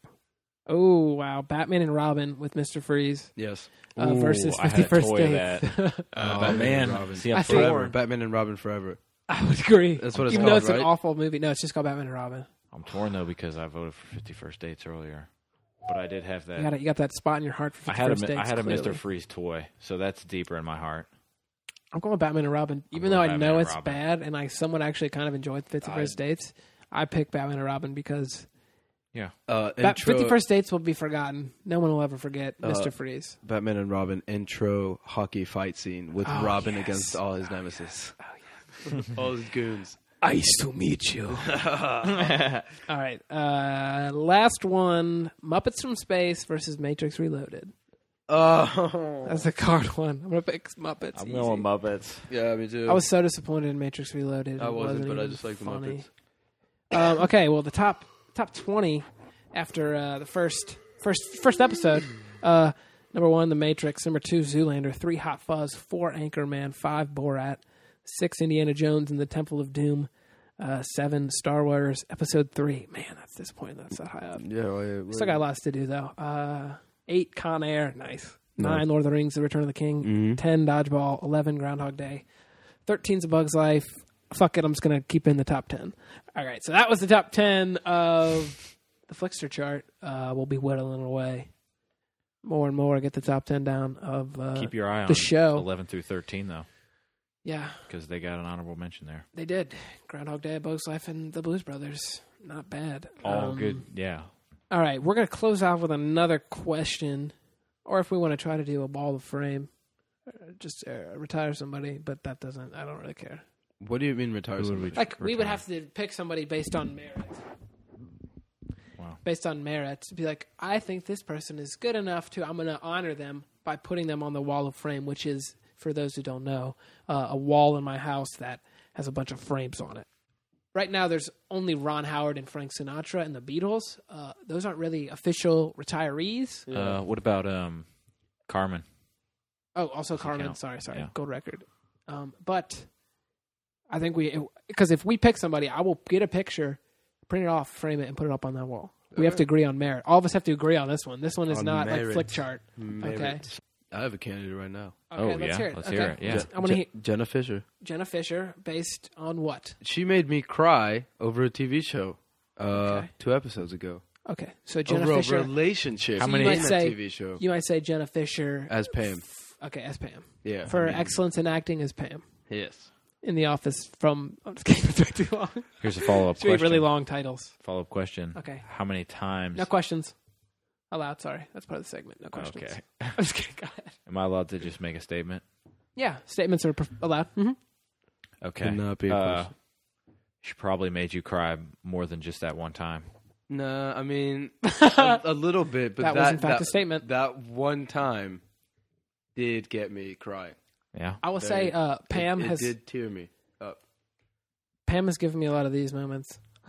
S1: Oh wow, Batman and Robin with Mister Freeze
S3: Yes.
S1: uh,
S2: Ooh,
S1: versus
S2: I had a
S1: Fifty First
S2: toy
S1: Dates.
S2: of
S3: Oh,
S2: Batman.
S3: man.
S2: Uh, Robin. See,
S1: I
S2: I'm
S1: think-
S3: Forever.
S2: torn.
S3: Batman and Robin forever.
S1: I would agree.
S3: That's what it's
S1: Even though
S3: called,
S1: it's
S3: right?
S1: an awful movie, no, it's just called Batman and Robin.
S2: I'm torn though because I voted for 51st Dates earlier, but I did have that.
S1: You got, a, you got that spot in your heart for
S2: I
S1: 51st
S2: had a mi-
S1: Dates.
S2: I had a
S1: clearly.
S2: Mr. Freeze toy, so that's deeper in my heart.
S1: I'm going Batman and Robin, even
S2: going
S1: though I
S2: Batman
S1: know
S2: and
S1: it's
S2: Robin.
S1: bad and I somewhat actually kind of enjoyed Fifty First Dates. I pick Batman and Robin because
S3: Uh,
S1: that
S3: intro-
S1: Fifty First Dates will be forgotten. No one will ever forget
S2: Uh,
S1: Mister Freeze.
S3: Batman and Robin intro hockey fight scene with
S1: Oh,
S3: Robin
S1: yes. Oh,
S3: against all his nemesis, all his goons.
S1: Nice to meet you. All right, uh, last one: Muppets from Space versus Matrix Reloaded.
S3: Oh,
S1: That's a card one. I'm gonna pick Muppets.
S2: I'm
S1: easy.
S2: going Muppets.
S3: yeah, me too.
S1: I was so disappointed in Matrix Reloaded.
S3: I
S1: It
S3: wasn't, but I
S1: even
S3: just liked the
S1: funny. Um, okay, well the top top twenty after uh, the first first first episode. Uh, number one, The Matrix. Number two, Zoolander. Three, Hot Fuzz. Four, Anchorman. Five, Borat. Six, Indiana Jones and the Temple of Doom. Uh, seven, Star Wars Episode Three. Man, that's disappointing. That's that high up.
S3: yeah, well, yeah,
S1: Still got lots to do though. Uh, eight Con Air, nice. Nine Lord of the Rings: The Return of the King.
S2: Mm-hmm.
S1: Ten Dodgeball. Eleven Groundhog Day. Thirteen's A Bug's Life. Fuck it, I'm just gonna keep in the top ten. All right, so that was the top ten of the Flickster chart. Uh, we'll be whittling away more and more. Get the top ten down of uh,
S2: Keep your eye on
S1: the show.
S2: 11 through 13 though,
S1: yeah,
S2: because they got an honorable mention there.
S1: they did. Groundhog Day, A Bug's Life, and The Blues Brothers. Not bad.
S2: All
S1: Um,
S2: good. Yeah.
S1: All right, we're going to close off with another question, or if we want to try to do a ball of frame, uh, just uh, retire somebody. But that doesn't. I don't really care.
S3: What do you mean retire?
S2: Who would we-
S3: somebody?
S1: Like we would
S2: Retire.
S1: have to pick somebody based on merit.
S2: Wow.
S1: Based on merit, to be like, I think this person is good enough to. I'm going to honor them by putting them on the wall of frame, which is, for those who don't know, uh, a wall in my house that has a bunch of frames on it. Right now, there's only Ron Howard and Frank Sinatra and the Beatles. Uh, those aren't really official retirees.
S2: Uh, what about um, Carmen?
S1: Oh, also Carmen.
S2: count.
S1: Sorry, sorry.
S2: Yeah.
S1: Gold record. Um, but I think we because if we pick somebody, I will get a picture, print it off, frame it, and put it up on that wall. We have to agree on merit. All of us have to agree on this one. This one is
S3: On
S1: not like
S3: merit.
S1: flick chart. Okay.
S3: I have a candidate right now.
S2: Oh,
S1: okay, let's
S2: yeah.
S1: hear it.
S2: Let's
S1: okay.
S2: hear it. Yeah.
S1: I want to hear
S3: Jenna Fisher.
S1: Jenna Fisher based on what?
S3: She made me cry over a TV show uh, two episodes ago.
S1: Okay, so Jenna
S3: over
S1: Fisher.
S3: a relationship.
S2: How many-
S1: you
S3: in
S1: might
S3: a
S1: say
S3: TV show
S1: you might say Jenna Fisher.
S3: as Pam?
S1: okay, as Pam
S3: Yeah.
S1: for excellence in acting as Pam
S3: yes.
S1: in The Office. From I'm just kidding. It's too long.
S2: Here's a follow up
S1: Three
S2: question.
S1: really long titles.
S2: Follow up question.
S1: Okay.
S2: How many times?
S1: No questions. Allowed. Sorry, that's part of the segment. No questions.
S2: Okay.
S1: I'm just kidding. Go ahead.
S2: Am I allowed to just make a statement?
S1: Yeah, statements are pre- allowed. hmm
S2: Okay. Uh,
S3: Could not be a
S1: Uh,
S3: question.
S2: she probably made you cry more than just that one time.
S3: No, I mean a, a little bit, but
S1: That
S3: that,
S1: was, in fact,
S3: that-
S1: a statement.
S3: That one time did get me crying.
S2: Yeah.
S1: I will
S3: There
S1: say,
S3: you-
S1: uh, Pam
S3: it, it
S1: has
S3: did tear me up.
S1: Pam has given me a lot of these moments.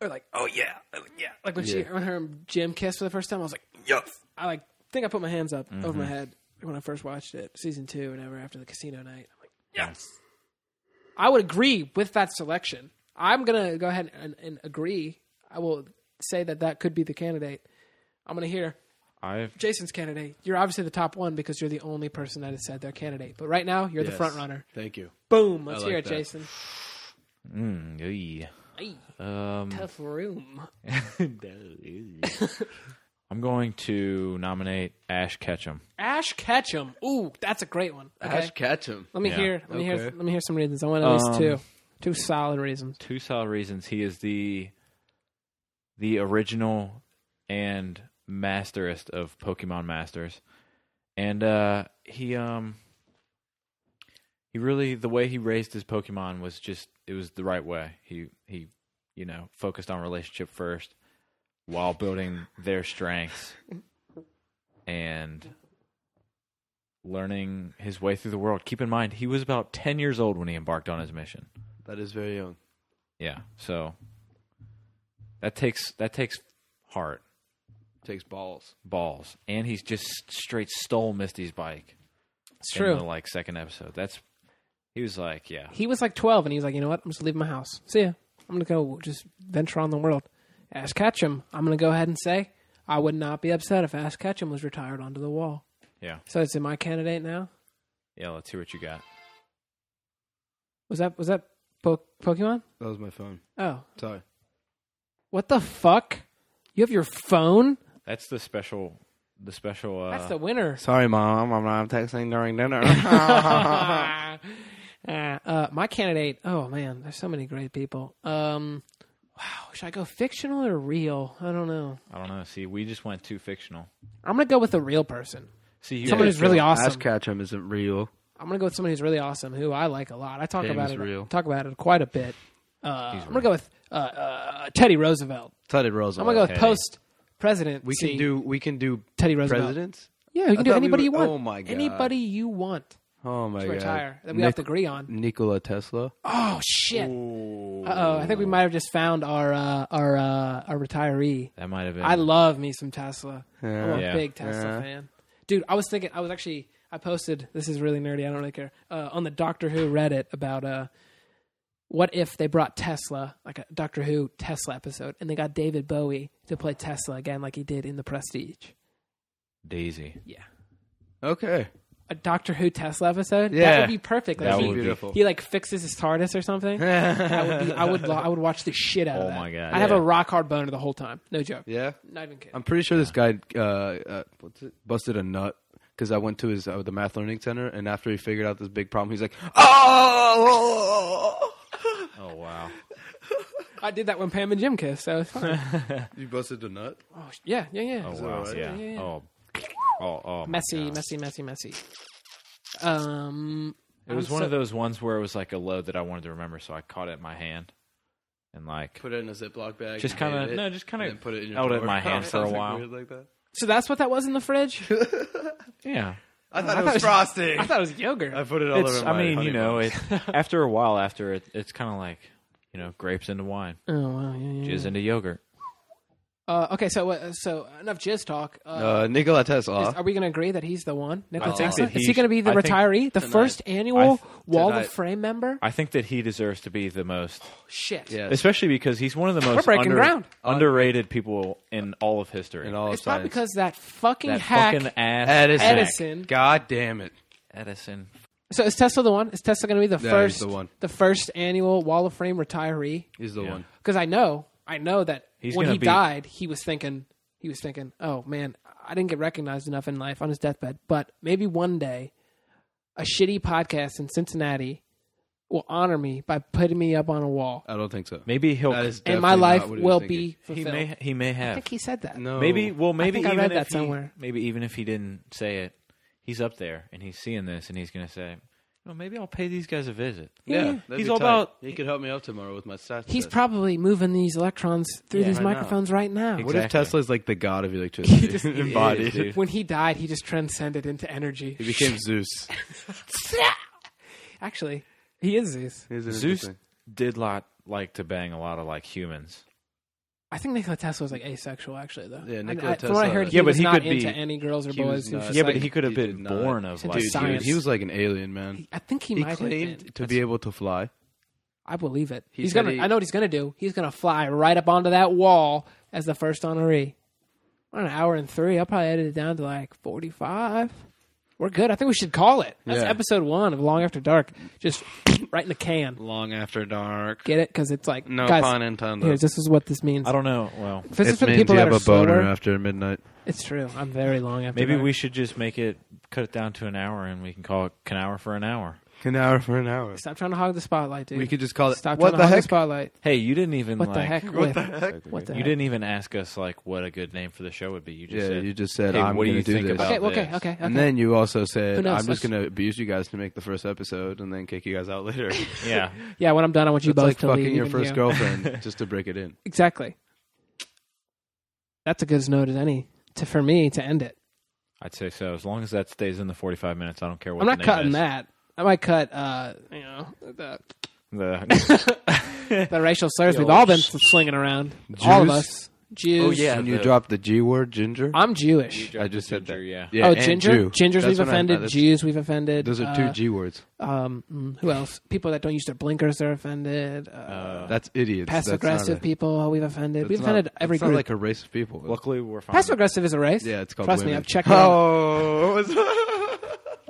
S1: or like, oh yeah, oh, yeah. Like when she
S3: Yeah.
S1: when her and Jim kissed for the first time, I was like, yes. I like think I put my hands up over my
S3: Mm-hmm.
S1: head when I first watched it, season two, and ever after the casino night. I'm like, yes. I would agree with that selection. I'm gonna go ahead and, and agree. I will say that that could be the candidate. I'm gonna hear
S2: I've
S1: Jason's candidate. You're obviously the top one because you're the only person that has said their candidate. But right now, you're the
S3: Yes.
S1: front runner.
S3: Thank you.
S1: Boom. Let's
S3: I
S1: hear it,
S3: like that.
S1: Jason.
S2: mm, yeah.
S1: Ay,
S3: Uh-huh.
S2: Um,
S1: tough room.
S2: I'm going to nominate Ash Ketchum.
S1: Ash Ketchum. Ooh, that's a great one. Okay.
S3: Ash Ketchum.
S1: let me
S2: Yeah.
S1: hear. Let me hear.
S3: Okay.
S1: Let me hear some reasons. I want at least
S2: Um,
S1: two, two solid reasons.
S2: Two solid reasons. He is the the original and masterist of Pokemon Masters. And uh he um he really the way he raised his Pokemon was just it was the right way. He he you know, focused on relationship first while building their strengths and learning his way through the world. Keep in mind he was about 10 years old when he embarked on his mission.
S3: That is very young.
S2: Yeah. So that takes that takes heart,
S3: Takes balls.
S2: balls, and he's just straight stole Misty's bike.
S1: It's
S2: In the,
S1: true.
S2: like second episode. That's he was like, yeah,
S1: He was like 12, and he was like, you know what? I'm just leaving my house. See ya. I'm gonna go just venture on the world. Ash Ketchum. I'm gonna go ahead and say I would not be upset if Ash Ketchum was retired onto the wall.
S2: yeah,
S1: So it's in my candidate now.
S2: yeah. Let's hear what you got.
S1: Was that was that po- Pokemon?
S3: That was my phone.
S1: Oh,
S3: Sorry.
S1: what the fuck? You have your phone?
S2: That's the special. The special. Uh,
S1: That's the winner.
S3: Sorry, mom. I'm not texting during dinner.
S1: Ah. uh, my candidate. Oh man, there's so many great people. Um, wow, should I go fictional or real? I don't know.
S2: I don't know. See, we just went too fictional.
S1: I'm gonna go with a real person.
S2: See, you
S1: Someone
S2: guys-
S1: who's really
S3: Ash
S1: awesome.
S3: Ketchum isn't real.
S1: I'm gonna go with somebody who's really awesome, who I like a lot. I talk
S3: Him
S1: about
S3: is
S1: it.
S3: real.
S1: Talk about it quite a bit. Uh, I'm gonna go with uh, uh, Teddy Roosevelt. Oh
S3: Teddy Roosevelt.
S1: I'm gonna go with
S2: Teddy.
S1: post president.
S3: We can do. We can do
S1: Teddy Roosevelt.
S3: presidents.
S1: Yeah, you
S3: I
S1: can do
S3: thought
S1: anybody
S3: we
S1: you
S3: were-
S1: want.
S3: Oh my god.
S1: Anybody you want
S3: Oh my
S1: to
S3: god.
S1: retire that we
S3: Nic-
S1: have to agree on.
S3: Nikola Tesla.
S1: Oh shit. Uh
S2: Uh
S1: oh, I think we might have just found our uh, our uh, our retiree.
S2: That might have been.
S1: I love me some Tesla. I'm a
S2: Yeah.
S1: big Tesla
S3: Yeah.
S1: fan. Dude, I was thinking, I was actually, I posted, this is really nerdy, I don't really care, uh, on the Doctor Who Reddit about uh, what if they brought Tesla, like a Doctor Who Tesla episode, and they got David Bowie to play Tesla again, like he did in The Prestige.
S2: Daisy.
S1: Yeah.
S3: Okay.
S1: A Doctor Who Tesla episode? That
S3: Yeah.
S1: would be perfect. Like
S2: That
S1: he,
S2: would be-
S3: beautiful.
S1: he, like fixes his TARDIS or something. I would, be, I would, lo- I would watch the shit out
S2: Oh
S1: of that.
S2: my God,
S1: I have
S2: yeah.
S1: a rock hard boner the whole time. No joke.
S3: yeah.
S1: Not even kidding.
S3: I'm pretty sure this guy uh, uh, what's it? busted a nut because I went to his uh, the math learning center, and after he figured out this big problem, he's like, "Ah!" "Oh!"
S2: Oh wow.
S1: I did that when Pam and Jim kissed, so it's fine.
S3: you busted a nut.
S1: oh, sh- yeah, yeah, yeah.
S2: Oh
S1: It's
S2: wow.
S3: alright?
S2: Yeah.
S1: Yeah, yeah.
S2: Oh. Oh. Oh. my
S1: messy,
S2: God.
S1: messy, messy, messy. Um,
S2: It was
S1: I'm
S2: one
S1: so-
S2: of those ones where it was like a load that I wanted to remember, so I caught it in my hand, and like
S3: Put it in a Ziploc bag.
S2: Just
S3: and
S2: kinda-
S3: hid it,
S2: no, just kinda
S3: and then put it in your
S2: held it in
S3: drawer.
S2: my hand for a
S3: Something
S2: while.
S3: weird like that.
S1: So that's what that was in the fridge.
S2: yeah.
S3: I thought
S1: I
S3: it
S1: thought it was-
S3: was frosting.
S1: I thought it was yogurt.
S2: Uh,
S3: I put it all
S2: It's,
S3: over.
S2: I
S3: my
S2: mean,
S3: honey
S2: you know,
S3: buns.
S2: it, after a while, after it, it's kind of like you know, grapes into wine,
S1: oh wow, yeah, yeah.
S2: jizz into yogurt.
S1: Uh, okay, so uh, so enough jizz talk. Uh,
S3: Uh, Nikola
S1: is-
S3: Tesla.
S1: are we going to agree that he's the one? Nikola
S2: I think
S1: Tesla?
S2: that he
S1: is he going to be the
S2: sh- I think
S1: retiree, the first annual
S2: I th-
S1: Wall
S3: tonight-
S1: of Frame member?
S2: I think that he deserves to be the most,
S1: Shit.
S3: Yeah.
S2: especially because he's one of the most
S1: breaking
S2: under-
S1: ground.
S2: underrated people in all of history.
S3: in all
S1: It's
S3: of
S1: probably
S3: science.
S1: because that fucking
S2: that
S1: hack.
S2: fucking ass
S3: Edison.
S1: Edison.
S3: God damn it.
S2: Edison.
S1: so is Tesla the one? Is Tesla going to be the
S3: Yeah,
S1: first?
S3: he's the one.
S1: the first annual Wall of Frame retiree?
S3: He's the
S2: Yeah.
S3: one.
S1: because I know, I know that
S2: He's
S1: when
S2: gonna
S1: he
S2: be-
S1: died, he was thinking, he was thinking, oh man, I didn't get recognized enough in life on his deathbed, but maybe one day, a shitty podcast in Cincinnati will honor me by putting me up on a wall,
S3: I don't think so.
S2: Maybe he'll.
S3: That is
S1: and my
S3: definitely
S1: life
S3: not what he was
S1: will
S3: thinking.
S1: be
S2: he
S1: fulfilled.
S2: may. He may
S1: I
S2: have.
S1: think he said that.
S3: No.
S2: Maybe. Well, maybe
S1: think Oh, I
S2: even
S1: read
S2: if
S1: that
S2: he-
S1: somewhere.
S2: Maybe even if he didn't say it, he's up there and he's seeing this and he's gonna say, "Well, maybe I'll pay these guys a visit."
S1: Yeah,
S3: Yeah, that'd
S2: he's
S3: be
S2: all
S3: tight.
S2: about-
S3: He could help me out tomorrow with my stats.
S1: He's
S3: test.
S1: probably moving these electrons through
S2: Yeah,
S1: these
S2: I
S3: know.
S1: microphones right now.
S2: Exactly.
S3: What if Tesla's like the god of electricity?
S1: just- he
S3: embodied.
S2: is, dude.
S1: When he died, he just transcended into energy.
S3: He became Zeus.
S1: Actually, he is Zeus.
S3: Here's an
S2: Zeus
S3: interesting-
S2: did lot like to bang a lot of like humans.
S1: I think Nikola Tesla was like asexual, actually, though.
S3: Yeah,
S1: And
S3: Nikola
S1: I, From what I
S3: Tesla-
S1: heard, he
S2: Yeah, but
S1: was
S2: he
S1: not
S2: could be-
S1: into any girls or
S3: he was
S1: boys. He was
S3: not-
S1: just
S2: Yeah, but
S1: like-
S2: he could have
S3: he
S2: been
S3: did not.
S2: born of
S1: Dude,
S2: like.
S3: Dude, he was-
S1: science.
S3: he was like an alien, man.
S1: I think he,
S3: He
S1: might have been.
S3: claimed to be able to fly.
S1: I believe it.
S3: He
S1: he's
S3: said
S1: gonna.
S3: he-
S1: I know what he's gonna do. He's gonna fly right up onto that wall as the first honoree. On an hour and three, I'll probably edit it down to like forty-five. We're good. I think we should call it. That's
S3: Yeah.
S1: episode one of Long After Dark. Just right in the can.
S3: Long after dark.
S1: Get it? Because it's like
S3: No
S1: guys,
S3: pun intended.
S1: Here, this is what this means.
S2: I don't know. Well,
S1: This is
S3: it
S1: for the
S3: means
S1: people
S3: you
S1: that
S3: have
S1: are
S3: a boner
S1: slower.
S3: after midnight.
S1: It's true. I'm very long after.
S2: maybe
S1: dark.
S2: we should just make it cut it down to an hour, and we can call it an hour for an hour.
S3: An hour for an hour.
S1: stop trying to hog the spotlight, dude.
S3: We could just call it.
S1: stop
S3: what
S1: trying to
S3: the
S1: hog
S3: heck?
S1: the spotlight.
S2: Hey, you didn't even
S1: What
S2: like.
S1: the heck? Wait,
S3: What the heck?
S1: What the
S2: You
S1: heck?
S2: didn't even ask us like what a good name for the show would be. You just
S3: Yeah,
S2: said,
S3: you just said
S2: "Hey,
S3: I'm
S2: what do
S3: going
S2: you
S3: to do
S2: think
S3: this,
S2: about
S1: Okay, okay,
S2: this.
S1: okay, okay.
S3: and then you also
S1: Who
S3: said
S1: knows?
S3: I'm just
S1: That's-
S3: going to abuse you guys to make the first episode and then kick you guys out later. it's
S2: yeah,
S1: yeah, when I'm done, I want you both
S3: like
S1: to
S3: fucking
S1: leave,
S3: your
S1: even
S3: first
S1: you.
S3: girlfriend just to break it in.
S1: Exactly. That's a good note as any to for me to end it.
S2: I'd say so. As long as that stays in the forty-five minutes, I don't care what.
S1: I'm
S2: the
S1: not
S2: name
S1: cutting
S2: is.
S1: that. I might cut, uh, you know, the,
S2: The-
S3: Eh.
S1: the racial slurs
S2: Yo,
S1: we've all been
S2: sh-
S1: slinging around. All of
S3: Jews? Oh,
S1: us, Jews.
S2: yeah.
S3: and you
S2: the-
S3: dropped the G word, ginger.
S1: I'm Jewish.
S3: I just said that.
S2: Ginger, yeah.
S1: oh,
S3: and
S1: ginger,
S3: Jew.
S1: gingers
S3: That's
S1: we've
S3: what I-
S1: offended.
S3: that's-
S1: Jews we've offended.
S3: Those are two
S1: uh,
S3: G words.
S1: um, mm, who else? People that don't use their blinkers are offended. Uh,
S3: That's idiots.
S1: passive aggressive people oh, we've offended. We've offended every
S3: it's
S1: group.
S3: Not like a race of people.
S2: Luckily, we're fine.
S1: passive aggressive is a race.
S3: yeah, it's called.
S1: Trust me,
S3: women.
S1: I've checked. it out.
S3: Oh, what was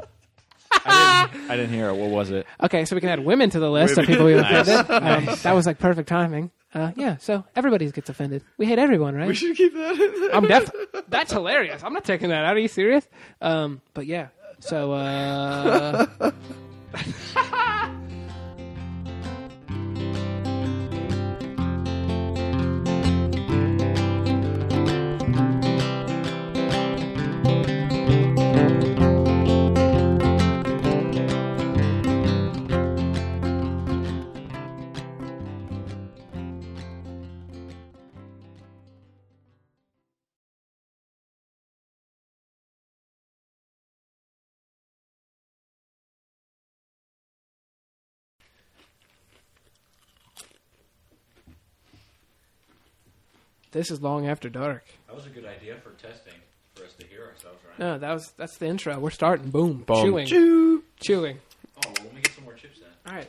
S2: I didn't, I didn't hear it. What was it?
S3: Oh.
S1: Okay, so we can add women to the list of people we offended. Um, That was like perfect timing. Uh, yeah, so everybody gets offended. We hate everyone, right?
S3: we should keep that in there.
S1: I'm def- That's hilarious. I'm not taking that out. Are you serious? Um, but yeah, so. Uh, This is long after dark.
S2: That was a good idea for testing for us to hear ourselves, right?
S1: No, that was that's the intro. We're starting. Boom.
S2: Boom.
S1: Chewing. Chewing.
S2: Oh, well, let me get some more chips then.
S1: All right.